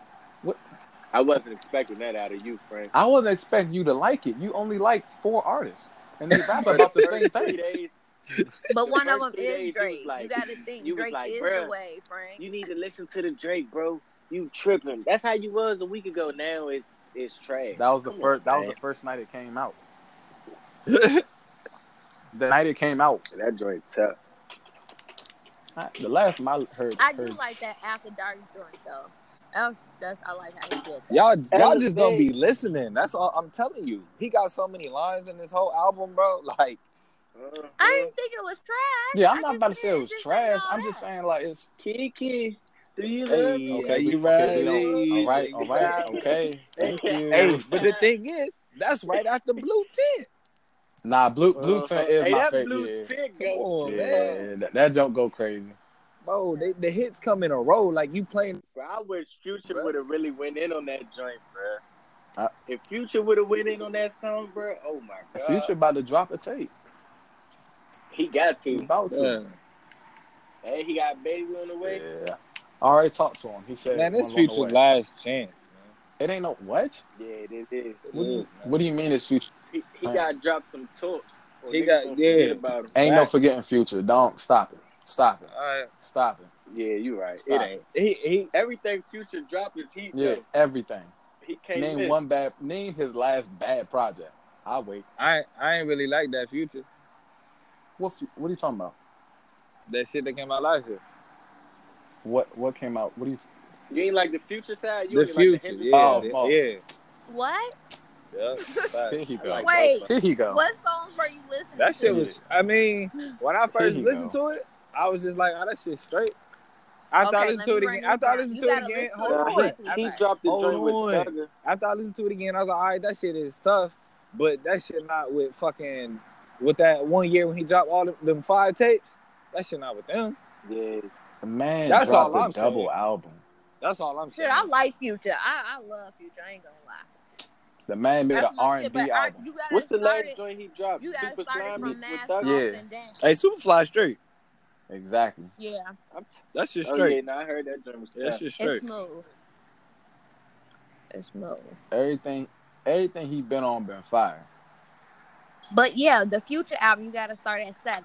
D: I wasn't expecting that out of you, Frank.
A: I wasn't expecting you to like it. You only like four artists, and they rap about the same
D: First three
A: things.
D: days,
B: But
D: The
B: one of them
D: first three days,
B: is
D: you
B: Drake.
D: was like-
B: you got to think
D: you was
B: Drake
D: like,
B: is the
D: "Bruh,
B: way, Frank.
D: You need to listen to the Drake, bro. You tripping? That's how you was a week ago. Now it's it's trash.
A: That was the
D: Come on,
A: first. That was
D: man.
A: the first night it came out. The night it came out.
D: That joint tough.
A: I- The last time I heard,
B: I do
A: heard-
B: like that after dark joint though. That's that's I like how he did that.
C: Y'all, y'all
D: the
C: just don't
D: day-
C: be listening. That's all I'm telling you. He got so many lines in this whole album, bro. Like,
D: Uh-huh.
B: I didn't think it was trash.
A: Yeah, I'm
B: I
A: not
B: just
A: about to say
B: said
A: it was
B: just ain't
A: trash.
B: all
A: I'm
B: that.
A: just saying like it's
D: Kiki, do you love
C: hey,
D: me?
A: Okay,
C: are
A: we- okay,
C: you ready?
A: we
D: don't-
A: all right,
D: Thank
A: all right,
D: you.
A: okay. Thank you.
C: Hey, but the thing is, that's right after Blue Tint.
A: Nah, blue
C: Uh,
A: blue tint is
D: Uh-huh. hey,
A: my
D: that
A: favorite.
D: blue
A: Yeah,
D: tint
C: Come
D: go,
C: on,
A: yeah,
C: man.
A: yeah, that, that jump go crazy.
C: Bro, they, the hits come in a row. Like, you playing.
D: bro. I wish Future
C: Bruh.
D: would have really went in on that joint, bro.
A: Uh,
D: if Future would have went in on that song, bro, oh my god,
A: Future about to drop a tape.
D: he got
A: He
D: to.
A: about to.
C: Man,
D: Hey, he got baby on the
A: Yeah.
D: way.
A: I already talked to him. He said,
C: man
A: one's on
C: this
A: the
C: future
A: way.
C: last chance,
A: It ain't no what?
D: Yeah, it is.
C: man. It
A: What do, you,
C: is, man.
A: what do you mean it's future?
D: He, he
A: Man.
D: got dropped some torch. Or
C: He
D: niggas
C: got-
D: gonna forget
C: yeah.
D: About him.
A: Ain't no
C: Facts.
A: forgetting future. Don't stop it. Stop it.
C: All right.
A: Stop it.
D: Yeah, you right.
A: Stop.
D: It ain't.
C: He, he,
D: Everything Future dropped is heat.
A: Yeah,
D: though.
A: everything.
D: He came
A: name
D: in.
A: one bad. Name his last bad project. I wait.
C: I, I ain't really like that future.
A: What? Fu- What are you talking about?
C: That shit that came out last year.
A: What? What came out? What are you?
D: You ain't like the Future side. You
C: The
D: ain't like the
C: future,
D: Hendrix
C: yeah.
A: Oh,
C: yeah,
A: oh.
C: yeah.
B: What?
C: Yup, facts.
A: Here he
C: I
A: go.
C: like
B: Wait.
C: both of them.
A: Here he go.
B: What songs were you listening
C: That
B: to?
C: shit was. I mean, when I first
A: you
C: listened to it, I was just like, "Oh, that shit straight." After I
B: Okay, let
C: listened to
B: me
C: it
B: run this
C: again, after I
B: down.
C: listened
B: You
C: to it
B: gotta
C: again,
B: listen to
C: hold
B: it
C: on.
B: quickly.
D: Nah, he, he
B: Alright.
D: dropped the
C: Hold
D: joint with
C: on.
D: Thugger.
C: After I listened to it again, I was like, "All right, that shit is tough," but that shit not with fucking with that one year when he dropped all them, them five tapes. That shit not with them.
D: Yeah,
A: The man
C: That's
A: dropped
C: all
A: a
C: I'm
A: double
C: saying.
A: album.
C: That's all I'm
B: Shit,
C: saying.
B: I like Future. I, I love Future. I ain't gonna lie.
A: The man made an
B: That's
A: R
B: my
A: and
B: shit.
A: B
B: But I,
A: album.
B: you gotta
D: What's the
B: start
D: last
B: it.
D: joint he dropped?
B: You gotta
D: Super
B: start it
D: Slimy
B: from
D: with
B: Mask Off
D: Thugger.
A: Yeah.
B: and down.
C: hey, Superfly straight.
A: Exactly.
B: Yeah,
D: I'm t-
C: That shit
D: oh yeah,
C: straight.
D: no, I heard that joint was
C: That
D: tough.
C: shit
B: it's
C: straight.
B: smooth. It's smooth.
A: Everything, everything he been on been fire.
B: But yeah, the Future album you gotta start at seven.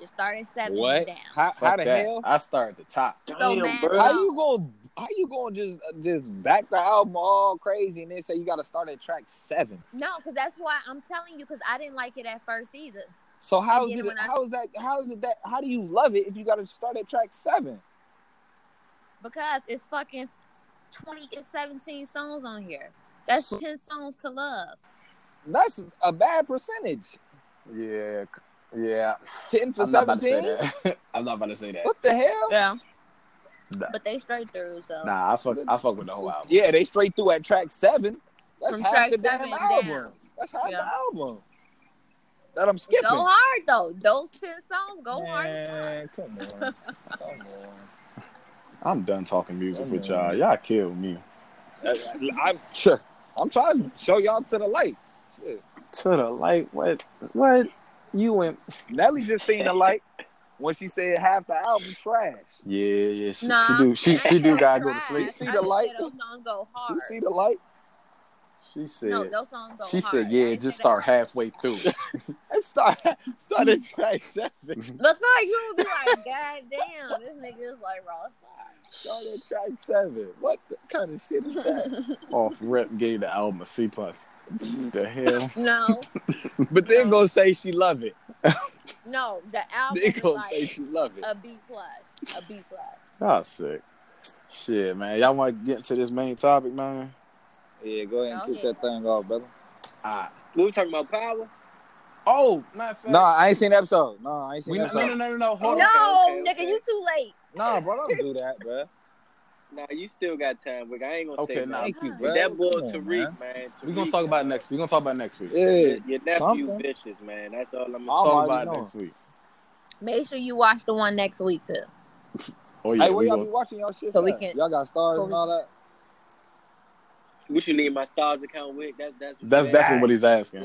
B: Just start at seven
C: What?
B: and down.
C: How, how
A: Fuck
C: the
A: that.
C: hell?
A: I started the top.
B: So uh, mad.
D: bro.
C: How you going? How you going? Just just back the album all crazy and then say you got to start at track seven.
B: No, because that's why I'm telling you. Because I didn't like it at first either.
C: So how is
B: then
C: it?
B: when I-
C: How is that? How is it that? How do you love it if you got to start at track seven?
B: Because it's fucking twenty. It's seventeen songs on here. That's
C: So-
B: ten songs to love.
C: That's a bad percentage.
A: Yeah, c- yeah.
C: Ten for
A: I'm not about to say
C: seventeen.
A: that. I'm not about to say that.
C: What the hell?
B: Yeah.
A: Nah.
B: But they straight through. So
A: Nah, I fuck, I fuck with the whole album.
C: Yeah, they straight through at track seven. That's
B: From
C: half
B: track
C: the damn
B: seven
C: album.
B: down.
C: That's half
B: Yeah.
C: the album. That I'm skipping.
B: go hard though. Those ten songs go hard. as fuck.
C: Man, come on, come on.
A: I'm done talking music
C: Oh,
A: with y'all.
C: man.
A: Y'all killed me.
C: I- I- I'm, I'm trying to show y'all to the light. Shit.
A: to the light. What? What? You went?
C: Nelly just seen the light when she said half the album trash.
A: Yeah, yeah. She,
B: Nah,
A: she do. She she do. Gotta go to
B: Trash.
A: sleep.
C: See
B: I
C: the
B: just
C: light?
B: said Those songs go
C: She
B: hard.
C: see the light.
A: She said.
B: no, those songs go
A: she
B: hard.
A: said,
B: I
A: "Yeah,
B: didn't
A: just
B: say they
A: start
B: hard.
A: halfway through."
C: It start started
A: Mm-hmm.
C: trash. That's it.
B: But look, you would be like, God damn, this nigga is like raw
C: Started track seven. What the kind of shit is that?
B: star.
A: Off rep gave the album a C plus. the hell?
B: no,
C: But they gonna say she love it.
B: no, the album
C: They
B: is
C: gonna say
B: like
C: she love it.
B: a B plus, a B plus.
A: Y'all sick. Shit, man. Y'all want to get into this main topic, man?
C: Yeah, go ahead and kick that thing off, brother.
A: Ah.
D: We were talking about power.
A: Oh, matter of fact,
C: No, I ain't seen the episode. No, I ain't seen
A: we
C: the
A: not, no, no,
C: episode.
A: no, no, no. Hold
B: No,
A: on.
D: okay,
B: nigga,
D: okay.
B: you too late.
C: No, bro, don't do that, bro.
D: Nah, you still got time, Wick. I ain't gonna
A: Okay,
D: say
A: nah.
D: nothing.
C: Thank you,
B: If
C: bro.
D: If that boy
C: Come on, man.
D: Tariq, man.
A: We're gonna
D: Tariq,
A: talk about it next. We're gonna talk about it next week.
C: Yeah.
D: Your nephew
C: Something.
D: vicious, man. That's all I'm.
C: I'm
A: talk
C: already
A: about it
C: knowing.
A: next week.
B: Make sure you watch the one next week too.
A: Oh yeah,
C: Hey, where
A: we
C: y'all
A: gonna-
C: be watching y'all shit?
B: So we
C: at?
B: can-
C: Y'all got stars
B: so
C: and
B: we-
C: all that.
D: What you need my stars account, Wick? That's that's.
A: that's
D: man.
A: definitely what he's asking.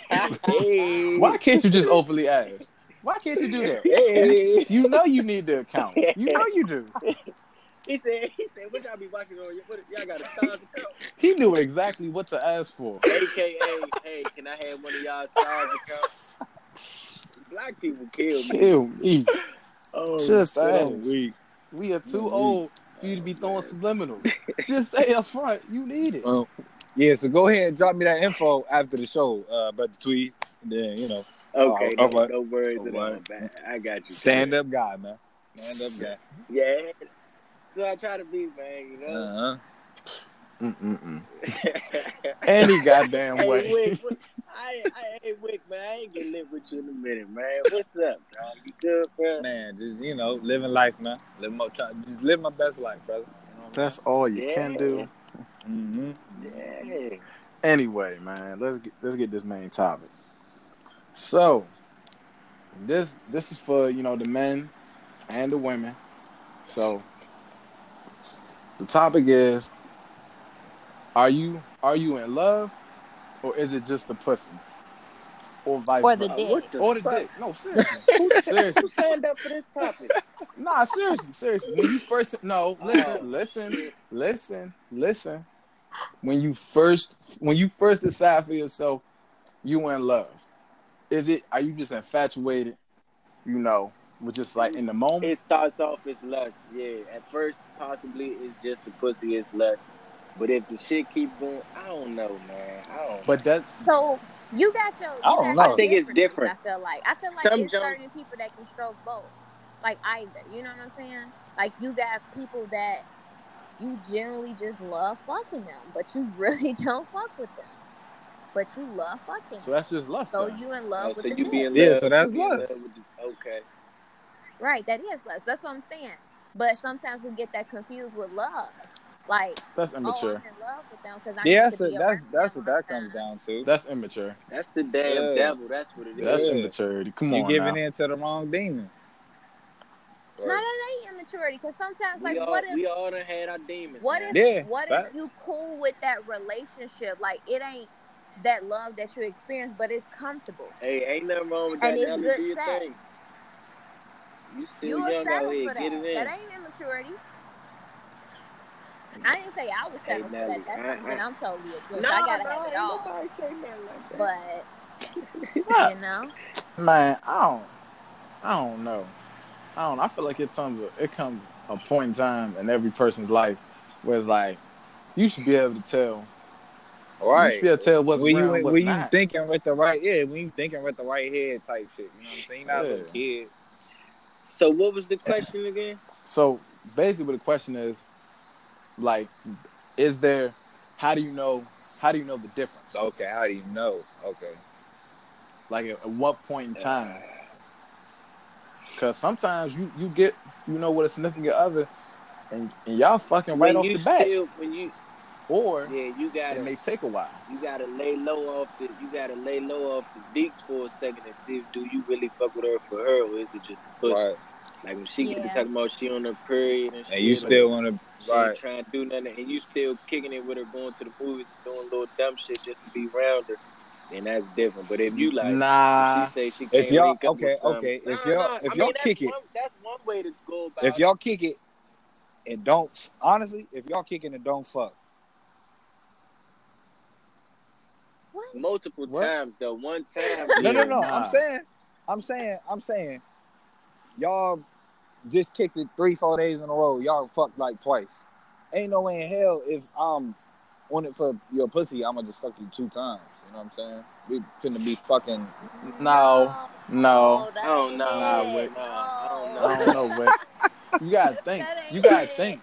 C: Hey.
A: Why can't you just openly ask? Why can't you do that?
C: Hey.
A: You know you need the account. You know you do.
D: He said. He said. What y'all be watching on? your- What, y'all got a stars account?
A: He knew exactly what to ask for.
D: AKA, hey, can I have one of y'all stars account? Black people kill me.
A: Kill me.
C: Oh,
A: Just
C: shit, I'm
A: ask.
C: weak.
A: We are too
C: Man, we-
A: old for you to be throwing subliminal. Just say up front, you need it.
C: Um, yeah, so go ahead and drop me that info after the show, uh, brother Tweed. And then you know,
D: Okay,
C: Oh,
D: no,
C: alright.
D: no worries at all.
C: Alright.
D: man. I got you.
C: stand up guy, man. Stand up
D: Yeah. So I try to be, man. You
C: guy.
D: know.
C: Uh-huh.
A: Mm-mm-mm.
C: Uh.
A: Any goddamn
D: Hey,
A: way.
D: Wick, what- I, I, hey, Wick, man, I ain't getting lit with you in a minute, man. What's up, dog? You good, bro?
C: Man, just you know, living life, man. Live my try, just live my best life, brother.
A: That's all you
D: Yeah.
A: can do.
C: Mm-hmm.
D: Yeah.
A: Anyway, man, let's get let's get this main topic. So, this this is for you know the men and the women. So, the topic is: Are you are you in love, or is it just the pussy, or vice
B: Or the
A: versa,
D: Uh,
B: dick.
D: what the
A: or the
D: fuck?
A: dick? No, seriously, Who- seriously.
D: Who signed up for this topic?
A: Nah, seriously, seriously. When you first no,
D: Oh.
A: listen, listen, listen, listen. When you first when you first decide for yourself you in love, is it are you just infatuated, you know, with just like in the moment?
D: It starts off as lust, yeah. At first, possibly it's just the pussy is lust, but if the shit keeps going, I don't know, man. I don't.
A: But that
B: So you got your. You
C: I don't
B: got
C: know.
B: your
C: I
D: think it's
B: differences,
D: different.
B: I feel like I feel like
D: Some
B: it's
D: junk-
B: certain people that can stroke both, like either. You know what I'm saying? Like you got people that you generally just love fucking them, but you really don't fuck with them, but you love fucking.
A: so
B: them.
A: that's just lust.
B: So
A: then.
B: you in
D: Oh,
B: love with
D: so
B: the
D: you
B: dick.
D: be in love?
C: Yeah, so that's
D: you be in
C: lust.
D: love with the- okay.
B: Right, that is lust. That's what I'm saying. But sometimes we get that confused with love. Like,
A: that's
B: oh, I'm
A: immature.
B: in love with them because I
C: Yeah,
B: need
C: that's
B: to
C: a,
B: be
C: that's
B: around
C: that's
B: them
C: what that
B: all the
C: comes down to.
A: That's immature.
D: That's the damn
C: Yeah.
D: devil. That's what it is.
A: That's
C: Yeah.
A: immaturity. Come
C: You
A: on.
C: giving
A: now.
C: in to the wrong demon.
B: time. No, that ain't immaturity. Because sometimes, like,
D: we all
B: what if,
D: we all done had our demons.
B: what
D: man.
B: if,
C: Yeah,
B: what
C: that-
B: if you cool with that relationship? Like, it ain't that love that you experience, but it's comfortable
D: Hey, ain't nothing wrong with that.
B: and it's
D: Nelly, do
B: good
D: your
B: sex.
D: thing. You still
B: You will
D: young out
B: settle
D: here.
B: for
D: Get
B: that.
D: it in.
B: That ain't immaturity. I didn't say I would
D: Hey,
B: settle for
D: Nelly,
B: that. That's
D: I-
B: something
D: I-
B: I'm totally against. I gotta have it all. But
A: Nah,
B: you know,
A: man, I don't I don't know. I don't. I feel like it comes. A, it comes a point in time in every person's life where it's like you should be able to tell.
C: All
A: You should be able to tell what's
C: when
A: real
C: you
A: and what's
C: when you
A: not.
C: thinking with the right yeah, when you thinking with the right head type shit. You know what I'm saying? You're not a little kid.
D: So what was the question again?
A: so basically, the question is, like, is there? How do you know? How do you know the difference?
C: So, okay, how do you know? Okay.
A: Like, at, at what point in time? Because sometimes you you get you know with a significant other, and, and y'all fucking right
D: When
A: off
D: you
A: the bat,
D: still- when you
A: or
D: yeah, you
A: it
D: gotta
A: may take a while.
D: you gotta lay low off the you gotta lay low off the deeks for a second and see if do you really fuck with her for her or is it just pussy?
C: Right.
D: Like when she get to
B: Yeah.
D: talking about she on her period and, shit,
C: And you still wanna
D: she
C: right.
D: ain't trying to do nothing and you still kicking it with her going to the movies doing little dumb shit just to be around her. then that's different. But if you like,
A: nah.
D: she say she can't
C: If y'all
D: link up
C: okay,
D: with some-
C: okay, if
D: No,
C: y'all
D: no,
C: if
D: I
C: y'all
D: mean, that's
C: kick it,
D: one, that's one way to go about.
C: if y'all kick it, and don't honestly, if y'all kicking and don't fuck,
B: What?
D: it. multiple
A: What?
D: times, though, one time,
C: no, no,
A: Yeah,
C: no.
A: nah.
C: I'm saying, I'm saying, I'm saying, y'all just kicked it three, four days in a row. Y'all fucked like twice. Ain't no way in hell if I'm on it for your pussy, I'ma just fuck you two times. You know what I'm saying? We finna be fucking.
A: No. No.
B: that
D: Oh,
B: ain't
D: no,
A: nah,
B: it. Oh.
A: wait,
D: nah, I don't
A: I don't know, Whip. You gotta think.
B: That
A: You
B: ain't
A: gotta
B: it.
A: think.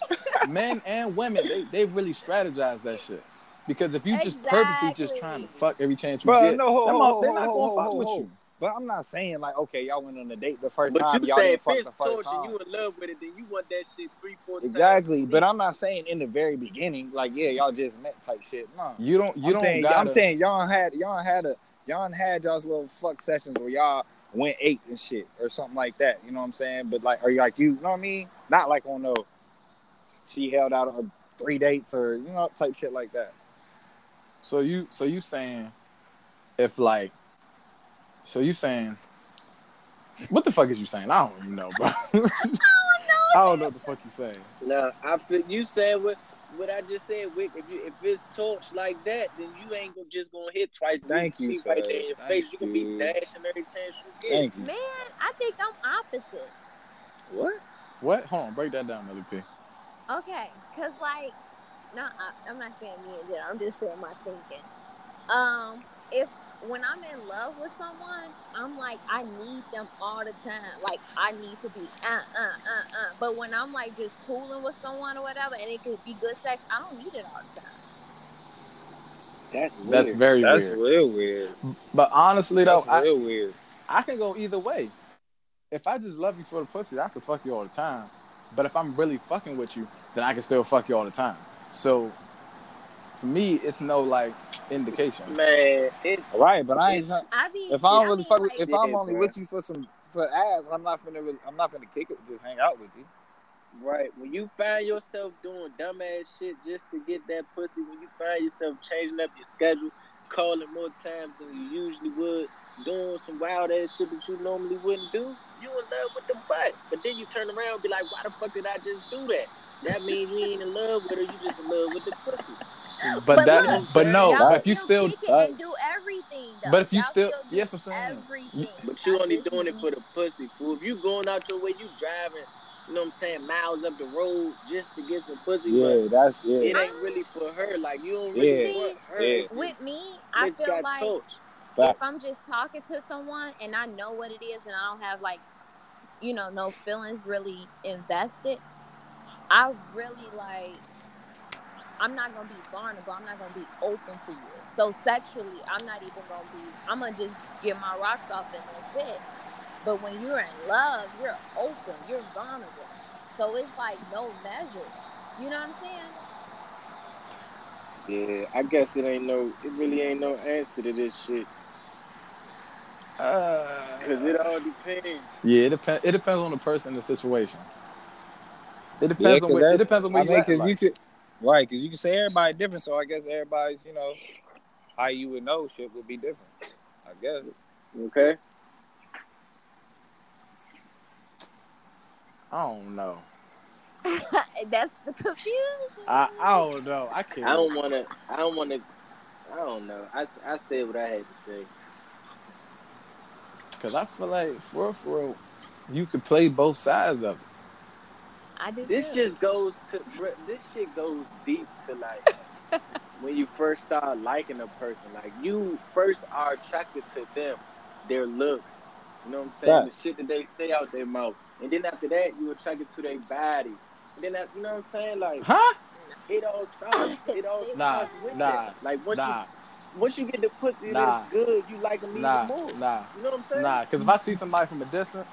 A: Men and women, they, they really strategize that shit. Because if you just purposely just trying to
B: Exactly.
A: fuck every chance you
C: Bruh,
A: get,
C: no, ho,
A: them
C: ho,
A: all-
C: ho,
A: they're not
C: ho,
A: gonna
C: ho,
A: fuck
C: ho,
A: with
C: ho.
A: you.
C: But I'm not saying like, okay, y'all went on a date the first
D: But
C: time,
D: you
C: y'all
D: said
C: didn't
D: if
C: fuck
D: it's
C: the first
D: torture,
C: time.
D: you in love with it, then you want that shit three, four times.
C: Exactly, but I'm not saying in the very beginning, like yeah, y'all just met type shit. No,
A: You don't. You
C: I'm
A: don't.
C: saying,
A: gotta,
C: I'm saying y'all had y'all had a y'all had y'all's little fuck sessions where y'all went eight and shit or something like that. You know what I'm saying? But like, are you like you? know what I mean? Not like on no. She held out a three dates or you know type shit like that.
A: So you. So you saying, if like, so you saying, what the fuck is you saying? I don't even know, bro. I don't know what the fuck you saying.
D: No, I feel you said what what I just said. Wick, if you if it's torch like that, then you ain't gonna just gonna hit twice.
C: Thank
D: can
C: you,
D: see right
C: sir.
D: there in your
C: Thank
D: face. You gonna be
C: you.
D: dashing every chance you get.
C: Thank you.
B: Man, I think I'm opposite.
C: What?
A: What? Hold on. Break that down, Mother P.
B: Okay, cause like, not I'm not saying me and dinner. I'm just saying my thinking. Um, if when I'm in love with someone, I'm like I need them all the time. Like I need to be uh uh uh uh. But when I'm like just cooling with someone or whatever, and it could be good sex, I don't need it all the time.
D: That's
A: That's
D: weird.
A: very
C: That's
A: weird.
C: real weird.
A: But honestly, though,
C: That's
A: I,
C: real weird.
A: I can go either way. If I just love you for the pussy, I could fuck you all the time. But if I'm really fucking with you, then I can still fuck you all the time. So for me, it's no like indication.
D: man. It
C: Right, but I ain't.
B: I be
C: If I don't
B: I
C: really
B: mean,
C: fuck, with,
B: like,
C: if I'm
D: Yeah,
C: only
D: bruh.
C: with you for some for ass, I'm not finna. Really, I'm not finna kick it. Just hang out with you.
D: right when you find yourself doing dumbass shit just to get that pussy. When you find yourself changing up your schedule, calling more times than you usually would, doing some wild ass shit that you normally wouldn't do. You in love with the butt, but then you turn around and be like, why the fuck did I just do that? That means you ain't in love with her. You just in love with the pussy.
A: But,
B: But
A: that,
B: look,
A: but no,
B: y'all
A: but if you still, uh,
B: still, kick it and do everything. Though.
A: but if you
B: Y'all
A: still-
B: do
A: yes, I'm saying.
B: everything.
D: But you
B: I
D: only
B: just
D: doing it
B: need-
D: for the pussy, fool. If you going out your way, you driving, you know what I'm saying, miles up the road just to get some pussy,
C: Yeah, that's
D: but
C: yeah.
D: it ain't really for her. Like you don't really
B: Yeah.
D: want her.
C: Yeah.
B: With me, I
D: Bitch
B: feel
D: got
B: like
D: torch.
B: if I'm just talking to someone and I know what it is and I don't have like, you know, no feelings really invested, I really like. I'm not gonna be vulnerable. I'm not gonna be open to you. So sexually, I'm not even gonna be. I'm gonna just get my rocks off and that's it. But when you're in love, you're open. You're vulnerable. So it's like no measure. You know what I'm saying?
D: Yeah, I guess it ain't no. It really ain't no answer to this shit because it all depends.
A: yeah, it depends. It depends on the person and the situation. It depends on where, it depends on where
C: I
A: you
C: mean,
A: at.
C: because
A: like.
C: you could, right? Because you can say everybody different. So I guess everybody's, you know, how you would know shit would be different. I guess.
D: Okay.
A: I don't know.
B: That's the confusion.
A: I, I don't know. I can't.
D: I don't wanna. I don't wanna. I don't know. I I said what I had to say.
A: Because I feel like for real, for real, you could play both sides of it.
B: I do
D: This
B: too.
D: just goes to bro, this shit goes deep to like when you first start liking a person. Like you first are attracted to them, their looks. You know what I'm saying?
C: Facts.
D: The shit that they say out their mouth, and then after that, you attracted to their body. And then that, you know what I'm saying? Like
A: Huh?
D: it all starts. It all
A: Nah,
D: starts with
A: nah,
D: that. Like once
A: nah,
D: you once you get the pussy,
A: Nah.
D: that's good. You like them even
A: nah,
D: more.
A: nah,
D: You know what I'm saying?
A: nah. Because if I see somebody from a distance,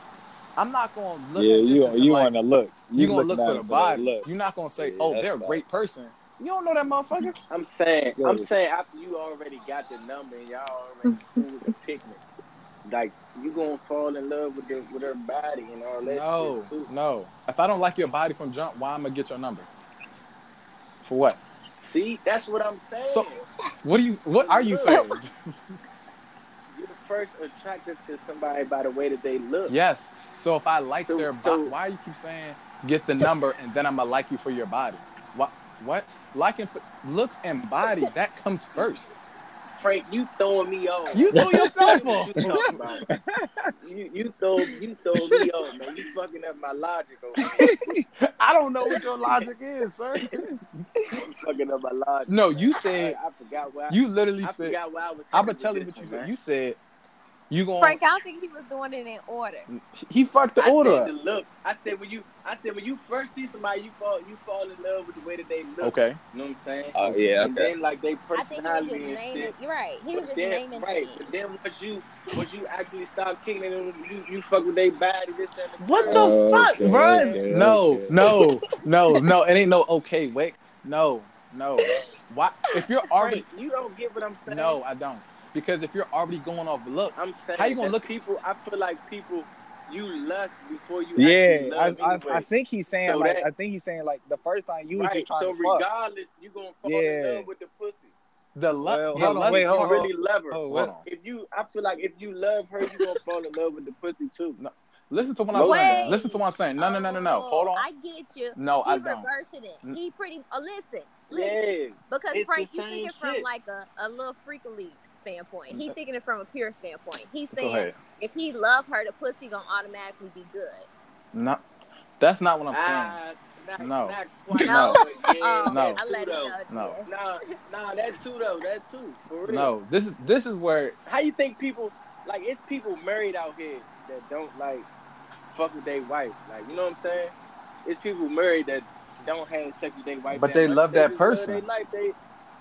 A: I'm not gonna look.
C: yeah,
A: at
C: you
A: distance and
C: you
A: like,
C: on the looks.
A: you gonna
C: looking
A: look
C: at
A: for the
C: them
A: body.
C: look.
A: You're not gonna say,
C: Yeah,
A: "Oh,
C: that's
A: they're a
C: facts.
A: great person." You don't know that motherfucker.
D: I'm saying,
C: Yo.
D: I'm saying after you already got the number and y'all already cool with the picnic, like you gonna fall in love with the, with her body and all that
A: No,
D: shit too.
A: no. If I don't like your body from jump, why I'm gonna get your number? For what?
D: See, that's what I'm saying.
A: So- What do you? What are you saying?
D: first attracted to somebody by the way that they look.
A: Yes. So if I like
D: So-
A: their body,
D: so-
A: why you keep saying get the number and then I'm gonna like you for your body? What? What? Liking for looks and body that comes first.
D: Frank, you throwing me off.
A: You know yourself.
D: you, talking about? you you throw you throw me off, man. You fucking up my logic. Over here.
A: I don't know what your logic is, sir.
D: You fucking up my logic.
A: No, you
D: I,
A: said
D: I forgot where I,
A: you literally
D: I
A: said.
D: forgot where I was.
A: I'm gonna
D: headed
A: tell you
D: with
A: what you
D: this
A: said.
D: one,
A: You said you going.
B: Frank, I don't think he was doing it in order.
A: he fucked the
D: man.
A: order.
D: I
A: up.
D: said the look. I said when you I said when you first see somebody, you fall you fall in love with the way that they look.
A: Okay.
D: You know what I'm saying?
C: Oh, yeah,
D: And
C: okay.
D: then like they
B: I think he was
D: personality
B: just
D: and shit.
B: naming. You're right. He was
D: But
B: just
D: then-
B: naming
D: right.
B: things.
D: But then once you once you actually start kicking it, you, you fuck with their body. This that, and the
A: What the
D: third.
A: fuck,
C: Oh, Okay,
A: bruh?
C: okay,
A: no,
C: okay.
A: no, no, no. It ain't no okay. Wait, no, no. Why? If you're already
D: Frank, you don't get what I'm saying.
A: no, I don't. Because if you're already going off looks,
D: I'm saying
A: How you gonna
D: that
A: look-
D: people? I feel like people, you lust before you.
C: Yeah,
D: actually
C: I,
D: love
C: I,
D: anyway.
C: I think he's saying
D: So
C: like
D: that-
C: I think he's saying like the first time you were
D: right.
C: just trying
D: so
C: to fuck.
D: regardless, you gonna fall
C: Yeah.
D: in love with the pussy.
A: the lust,
C: Well,
A: the
C: hold on,
A: lust
C: wait,
D: if
C: hold
A: part-
D: you really love her.
C: Oh,
A: Hold
C: well,
A: on.
D: If you, I feel like if you love her, you gonna fall in love with the pussy too.
A: Listen to what I'm
D: Wait.
A: saying. Listen to what I'm saying. No, no, no, no, no.
B: Oh,
A: Hold on.
B: I get you.
A: no,
B: he
A: I don't.
B: reversing it.
A: Mm.
B: He pretty. Oh, listen, listen.
D: Yeah.
B: Because
D: It's
B: Frank,
D: the
B: you
D: same
B: thinking from
D: shit.
B: like a, a little freakily standpoint. He thinking it from a pure standpoint. He's
A: Mm-hmm. Go
B: saying
A: ahead.
B: if he love her, the pussy gonna automatically be good.
A: No, that's not what I'm saying.
D: Ah, not,
A: No.
D: Not quite.
B: No.
D: but yeah,
B: Um,
A: No.
D: that
B: I
D: too,
B: let
D: though.
B: him know.
A: No.
B: dear.
D: Nah, nah, that too though. That too. For real.
A: No, this is this is where
D: How you think people like it's people married out here that don't like fuck with their wife. Like you know what I'm saying? It's people married that don't have sex with their wife.
A: But
D: that
A: they
D: much.
A: love that
D: just
A: person.
D: They like they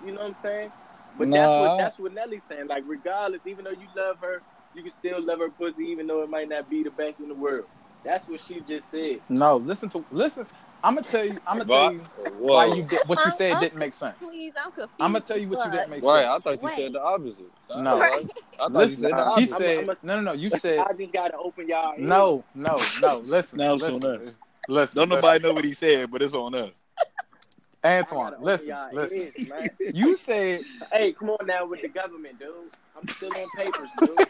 D: you know what I'm saying? But
C: Nah.
D: that's what that's what Nelly's saying. Like regardless, even though you love her, you can still love her pussy even though it might not be the best in the world. That's what she just said.
A: no. Listen to listen. I'm gonna tell you. I'm gonna tell you
C: Whoa.
A: why you did, what you
D: Um,
B: I'm-
A: said
B: I'm
A: didn't make sense.
B: Please, I'm confused.
A: I'm gonna tell you what you didn't make
C: Right, I
A: sense.
C: thought you
B: Wait.
C: said the opposite. I-
A: No.
C: I, I thought you
A: Listen,
C: said the
A: he
C: opposite.
D: I'm-
A: said
D: I'm a-
A: no, no, no. You said
D: I just gotta open y'all. ears.
A: no, no, no. Listen,
C: Now it's on
A: listen,
C: us.
A: listen. listen.
C: know what he said, but it's on us.
D: I gotta
A: Antoine,
D: open
A: listen,
D: y'all
A: listen.
D: ears, man.
A: You said
D: Hey, come on now with the government, dude. I'm still on papers, dude.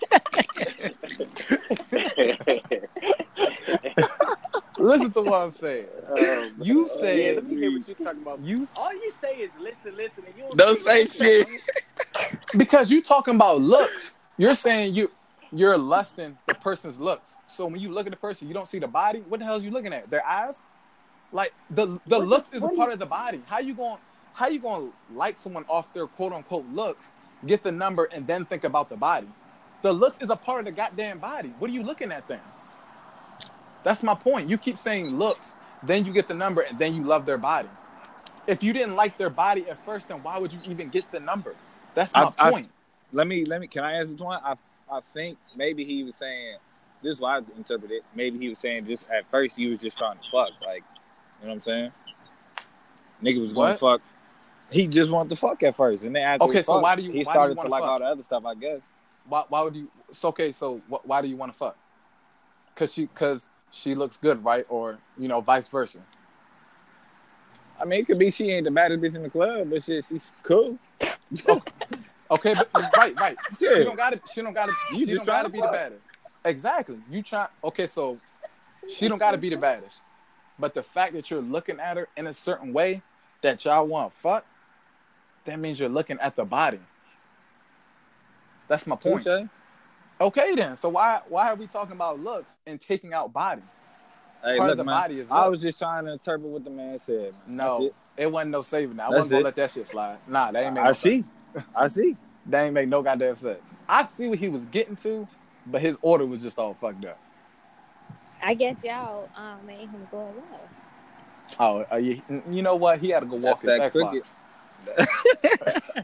A: listen to what I'm saying.
D: Um,
A: You
D: yeah,
A: said
D: let me hear what you're talking about.
A: you
D: All you say is listen, listen, and you don't,
C: Don't say shit.
A: because you talking about looks. You're saying you you're lusting the person's looks. So when you look at the person, you don't see the body. What the hell is you looking at? Their eyes? Like the the
D: What-
A: looks is a
D: what
A: part of the body. How you going how you going to like someone off their quote unquote looks, get the number and then think about the body? The looks is a part of the goddamn body. What are you looking at then? That's my point. You keep saying looks, then you get the number and then you love their body. If you didn't like their body at first, then why would you even get the number? That's my
C: I've- I've-
A: point.
C: Let me let me. Can I answer Twan? I I think maybe he was saying this is what I interpreted. it. Maybe he was saying just at first he was just trying to fuck, like you know what I'm saying. Nigga was going to
A: What?
C: fuck. He just wanted to fuck at first, and then after
A: Okay,
C: he
A: so
C: fucked,
A: why do you-
C: he
A: why do you
C: started
A: wanna
C: to like
A: fuck?
C: all the other stuff? I guess.
A: why, why would you so okay so wh- why do you want to fuck because she because she looks good right or you know vice versa
C: I mean, it could be she ain't the baddest bitch in the club, but shit, she's cool.
A: okay but right right she
C: Yeah.
A: don't gotta she don't gotta
C: You
A: she
C: just
A: don't gotta
C: tryna
A: be
C: fuck.
A: the baddest exactly you try okay so she don't gotta be the baddest but the fact that you're looking at her in a certain way that y'all want to fuck that means you're looking at the body that's my point
C: Touche.
A: okay then so why why are we talking about looks and taking out body
C: Hey,
A: part
C: look,
A: of the
C: man.
A: body is
C: I
A: looks.
C: was just trying to interpret what the man said. man.
A: No, it. wasn't no saving that. I
C: That's
A: wasn't gonna
C: it.
A: let that shit slide. Nah, that ain't
C: That's it.
A: make
C: I
A: no
C: see.
A: sense.
C: I see.
A: That ain't make no goddamn sense. I see what he was getting to, but his order was just all fucked up.
B: I guess y'all um, made him go alone.
A: Oh, uh, you, you know what? He had to go walk his
C: That's that
A: Xbox.
C: cricket.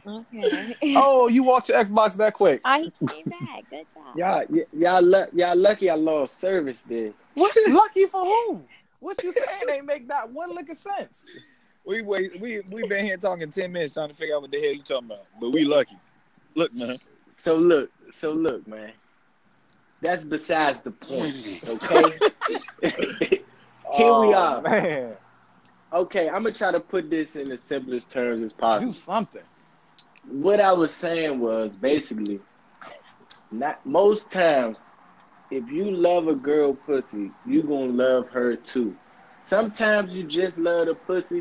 B: Okay.
A: Oh, you walked your Xbox that quick?
B: oh, he came back. Good job.
D: Y'all, y- y'all, luck, y'all lucky I lost service there.
A: What? Lucky for who? What you saying ain't make not one lick of sense.
C: We wait. We we been here talking ten minutes trying to figure out what the hell you talking about. But we lucky. Look, man.
D: So look, so look, man. That's besides the point, okay? Here we are.
A: Oh, man.
D: Okay, I'm gonna try to put this in the simplest terms as possible.
A: Do something.
D: What I was saying was basically Not most times, if you love a girl pussy, you gonna love her too. Sometimes you just love the pussy.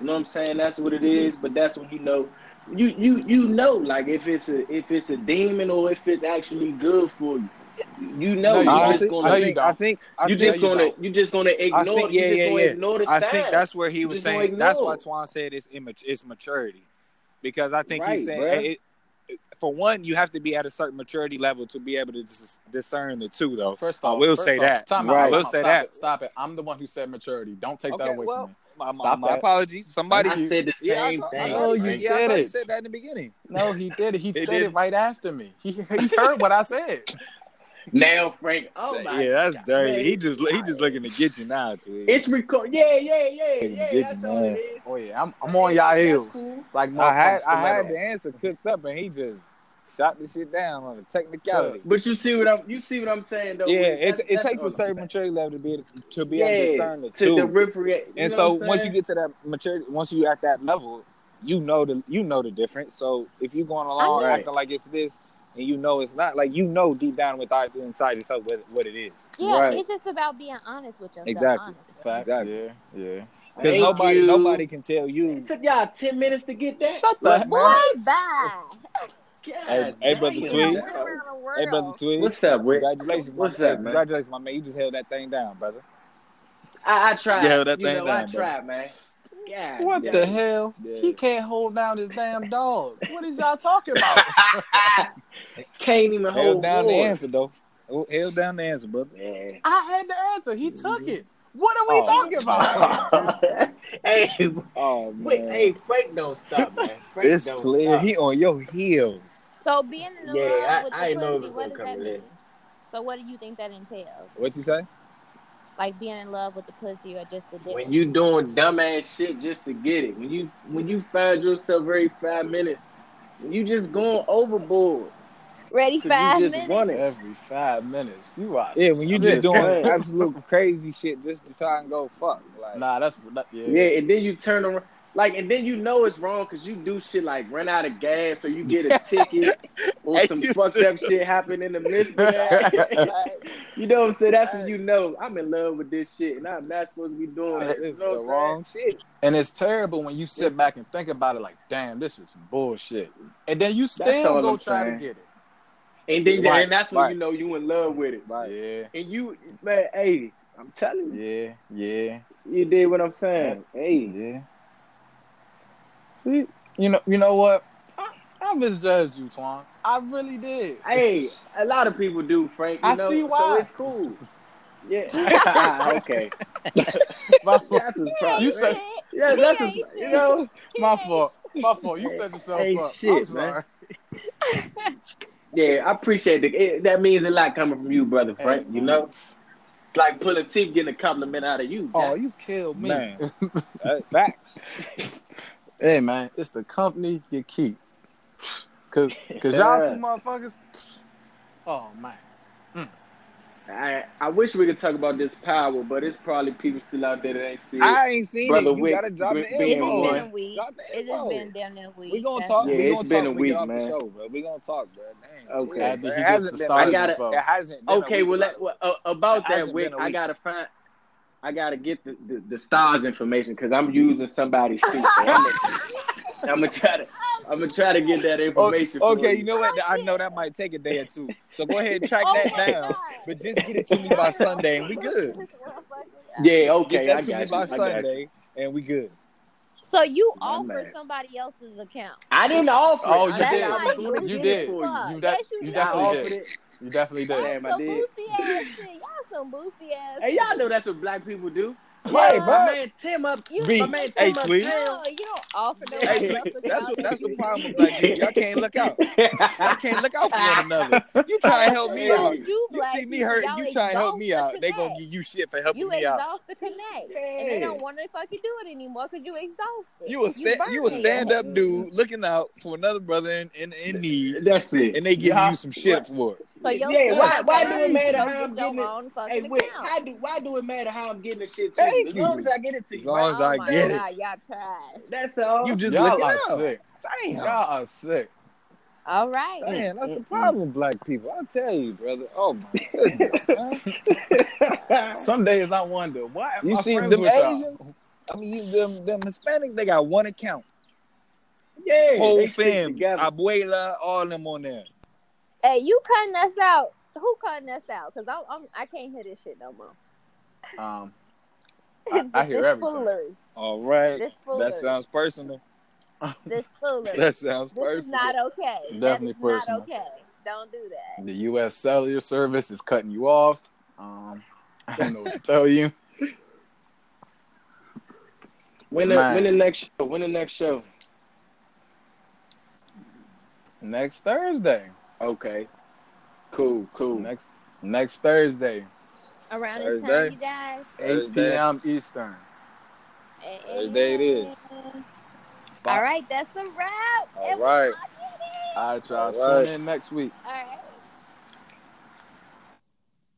D: You know what I'm saying? That's what it
C: Mm-hmm.
D: is. But that's when you know, you you you know, like if it's a if it's a demon or if it's actually good for you. You
A: No, you
D: know, you're
A: don't.
D: just
A: No,
D: gonna
A: you don't.
C: I think I
D: you
C: think-
D: just
A: you
D: gonna you just gonna ignore
C: think-
D: you
C: yeah,
D: just
C: yeah,
D: gonna
C: yeah.
D: ignore the
C: I
D: signs.
C: think that's where he
D: You
C: was
D: just gonna
C: saying. That's
D: ignore.
C: why Twan said it's immat- it's maturity, because I think
D: Right,
C: he's saying it,
D: bruh.
C: it- for one, you have to be at a certain maturity level to be able to dis- discern the two, though.
A: First
C: I
A: off,
C: will
A: first
C: say
A: off,
C: that.
A: Time
D: Right.
A: out.
D: I
A: time
C: will
A: out,
C: say
A: stop
C: that.
A: It, stop it. I'm the one who said maturity. Don't take that
C: Okay,
A: away
C: well,
A: from me.
C: My, my,
A: Stop
C: my
A: that.
C: apologies. Somebody.
D: I said the
C: yeah, I
D: same
C: thought, I
D: thing.
C: thought
A: No,
C: he
A: you
C: said,
D: Frank.
C: yeah, I thought he
A: didn't.
C: said that in the beginning.
A: No, he did. He,
C: He
A: said
C: didn't.
A: it right after me. He, he heard what I said.
D: Now, Frank. Oh my.
C: yeah, that's
D: God,
C: dirty.
D: man.
C: he just he just looking to get you now, Twig.
D: It's record. Yeah, yeah, yeah,
C: Looking to
D: yeah.
C: get
D: That's
C: you,
D: all
C: man.
D: it is.
A: Oh yeah, I'm, I'm on y'all heels.
D: That's cool.
A: Like
C: I
A: motherfucking
C: had I had the
A: stilettos.
C: answer cooked up, and he just shot the shit down on a technicality.
D: But you see what I'm you see what I'm saying though.
C: Yeah,
D: That's-
C: it, it
D: that's
C: takes
D: all
C: a
D: I'm
C: certain
D: saying.
C: maturity level to be to be able to
D: yeah,
C: discern the
D: to
C: two.
D: differentiate. You
C: and
D: know
C: so
D: what I'm
C: once you
D: saying?
C: get to that maturity, once you at that level, you know the you know the difference. So if you going along
D: Right.
C: acting like it's this, and you know it's not, like you know deep down without inside yourself what, what it is.
B: Yeah,
D: Right.
B: it's just about being honest with yourself.
C: Exactly.
B: honestly.
A: Facts.
C: Exactly.
A: Yeah, yeah.
C: Because
D: Thank
C: nobody
D: you.
C: nobody can tell
D: It
C: you.
D: took y'all ten minutes to get that.
A: Shut the
D: Like,
A: heck
B: Boy, bye.
C: Hey-
D: God
C: hey,
D: damn,
C: brother
B: You done
C: Tweez. Please.
B: went
D: bro.
B: around the world.
C: Hey, brother Twig.
D: What's up, Wick?
C: Congratulations,
D: What's
C: my,
D: up,
C: hey,
D: man?
C: Congratulations, my man. You just held that thing down, brother.
D: I, I tried.
C: Yeah, that
D: you
C: thing
D: know, I
C: down, bro.
D: tried, man. God
A: What
D: damn.
A: the hell?
C: Yeah.
A: He can't hold down his damn dog. What is y'all talking about?
D: Can't even
C: Held
D: hold
C: down the
D: water.
C: answer though. Held down the answer, brother.
D: Man.
A: I had the answer. He took it. What are we
C: Oh.
A: talking about?
D: hey,
C: Oh
D: wait,
C: man,
D: hey, Frank don't stop, man. Frank
C: it's
D: don't
C: clear
D: stop.
C: he on your heels.
B: So being in love
D: Yeah, I-
B: with the
D: I ain't know it
B: pussy,
D: was
B: what
D: gonna
B: does
D: come
B: that
D: to
B: mean?
D: that.
B: So what do you think that entails?
C: What you say?
B: Like being in love with the pussy or just the dick?
D: When you doing dumbass shit just to get it, when you when you find yourself every five minutes, when you just going overboard
B: Ready
D: because you
B: five
D: just
B: minutes.
D: want it.
A: Every five minutes, you are.
C: Yeah, when you just
A: sick,
C: doing
A: man.
D: man.
C: absolute crazy shit just to try and go fuck. Like,
A: Nah, that's that, yeah.
D: Yeah, and then you turn around, like, and then you know it's wrong because you do shit like run out of gas or you get a ticket or
C: Hey,
D: some
C: you
D: fucked up shit happen in the midst of that. you know what I'm saying? That's when you know I'm in love with this shit and I'm not supposed to be doing
C: like,
D: it.
C: this
D: You
C: is
D: know what
C: the
D: I'm
C: wrong
D: saying?
C: shit.
A: And it's terrible when you sit
D: Listen.
A: back and think about it like, damn, this is bullshit. And then you
D: That's
A: still
D: all
A: go
D: I'm
A: try to
D: saying.
A: get it.
D: And then
C: Right,
D: and that's when
C: right.
D: you know you in love with it.
C: Right.
D: And you, man, hey, I'm telling you,
A: Yeah, yeah,
D: you did what I'm saying.
A: yeah,
D: Hey,
A: yeah. See, you know, you know what? I, I misjudged you, Twan. I really did.
D: hey, a lot of people do, Frank. You
A: I
D: know,
A: see
D: so
A: why.
D: it's cool. Yeah. okay.
A: My fault.
D: That's what's
B: He
D: problem.
A: You
B: ain't
A: said-
B: shit.
D: Yeah,
B: He
D: that's a,
B: ain't
D: you
B: shit.
D: know.
B: He
A: My
B: ain't
A: fault. My fault. You set yourself
D: Hey,
A: up.
D: shit,
A: I'm sorry.
D: man. Yeah, I appreciate it. it. That means a lot coming from you, brother
A: Hey,
D: Frank. You
A: man.
D: know, it's like pulling teeth, getting a compliment out of you.
A: Oh,
D: Jack.
A: you killed me.
C: Man, that, Uh, facts.
A: Hey, man, it's the company you keep. Cause, cause y'all two motherfuckers. Oh man.
D: I I wish we could talk about this power, but it's probably people still out there that ain't see it.
C: I ain't seen
D: Brother
C: it. You
D: Wick
C: gotta drop
D: be-
C: the
D: being
B: It's just
C: info.
D: one.
B: been a week.
C: Drop the
B: It's just
C: info.
B: been damn near a week.
C: We gonna
B: That's
C: talk.
D: Yeah,
B: all.
C: we
D: it's
C: gonna talk.
D: been a
C: when we
D: week,
C: get off the
D: man.
C: show, bro. We gonna talk, bro. Damn,
D: Okay.
C: shit,
A: After he
C: bro. It
A: gets
C: hasn't
A: the
C: been.
A: stars
C: a
D: I
C: week.
D: gotta-
A: info.
C: It hasn't been.
D: Okay,
C: a week,
D: well, let,
C: brother.
D: well uh,
C: It
D: about that,
C: hasn't
D: Wick,
C: been a
D: I
C: week.
D: gotta find. I gotta get the, the, the stars information because I'm using somebody's sheet. So I'm gonna, I'm gonna try to I'm gonna try to get that
C: Okay,
D: information for
C: okay,
D: you.
C: you know
B: Oh,
C: what? I know that might take a day or two. So go ahead and track that down. But just get it to me by Sunday and we good.
D: Yeah, okay,
C: Get that
D: I
C: to me
D: got
C: by
D: you. I got you.
C: Sunday and we good.
B: So you
D: My
B: offer
D: man.
B: somebody else's account.
D: I didn't offer it.
A: Oh,
D: I
A: you
D: said
B: That's
A: did.
D: I was
B: like
D: going to
B: goofy
A: You
D: get
A: did.
D: it
B: as
D: for you.
B: fuck.
A: You,
B: yes,
A: def-
B: you
A: you
B: did.
D: I
A: definitely
D: offered
A: did.
D: it.
A: You definitely
B: Y'all
A: did.
D: Damn, I
B: some
D: did.
B: boozy ass shit. Y'all some boozy ass.
D: Hey, y'all know that's what black people do.
C: Right,
B: Nah,
D: My
C: bro.
D: man Tim up.
B: You,
C: B.
D: My man
C: Hey,
D: Tim up.
C: Tweet.
B: no, you don't offer
C: Hey,
B: nobody
C: Tweet.
B: else account.
C: That's what. That's the problem with black people. Y'all can't look out. Y'all can't look out for one another. You try to
B: That's
C: help
B: the
C: me
B: problem
C: out.
B: with You
C: You
B: black
C: see me
B: people.
C: hurt.
B: Y'all
C: You try to help
B: exhaust
C: me
B: the
C: out. They gonna
B: connect.
C: give you shit for helping
B: You
C: me out.
B: exhaust the connect, and they
D: Yeah.
B: don't want to fucking do it anymore because you exhausted.
C: You a
B: you
C: sta- you a
B: burning.
C: stand up dude looking out for another brother in, in, in need,
D: That's it.
C: and they giving
A: Yeah.
C: you some shit for it.
B: So your
D: Yeah,
B: stand
D: why
B: up
D: why
B: ass
D: do it matter
B: go
D: how
B: get
D: I'm
B: your
D: getting it?
B: own
D: Hey,
B: fucking
D: Wick,
B: account.
D: how do why do it matter how I'm getting the shit to you?
C: Thank
D: As long
C: you.
D: as I get it to
C: As
D: you,
C: long
D: right?
C: as
B: Oh
C: I
B: my
C: get it,
B: god, y'all trash.
D: That's all.
C: you just
A: Y'all
C: looking
A: are
C: out.
A: sick.
C: Damn.
A: Y'all are sick.
B: All right.
C: Man, that's the problem with black people. I tell you, brother. Oh my goodness. man.
A: Some days I wonder why. am
C: You
A: I
C: see
A: friends
C: them
A: with
D: uh,
A: y'all?
C: Asians? I mean, you, them them Hispanic. They got one account.
D: yeah,
C: Whole
D: they stick
C: family,
D: together.
C: abuela, all them on there.
B: Hey, you cutting us out? Who cutting us out? Cause I'm, I'm I can't hear this shit no more.
A: Um, I- I hear
B: this
A: everything.
B: foolery.
C: All right.
B: This foolery.
C: That sounds personal.
B: This foolery.
C: That sounds
B: this is
C: personal.
B: not okay. that
A: Definitely
B: is not
A: personal.
B: okay. Don't do that.
A: the U.S. cellular service is cutting you off. Um, I don't know what to tell you.
D: When the,
A: Man.
D: when the next show? When the next show?
A: Next Thursday.
D: Okay. Cool, cool.
A: Next next Thursday,
B: Around this time,
C: Thursday.
B: you guys.
A: 8
C: Thursday.
A: p.m. Eastern.
C: Thursday it is.
B: All right, that's a wrap.
C: All
B: And we all did
C: right.
B: it.
A: All right, y'all.
C: All right.
A: Tune in next week.
B: All right.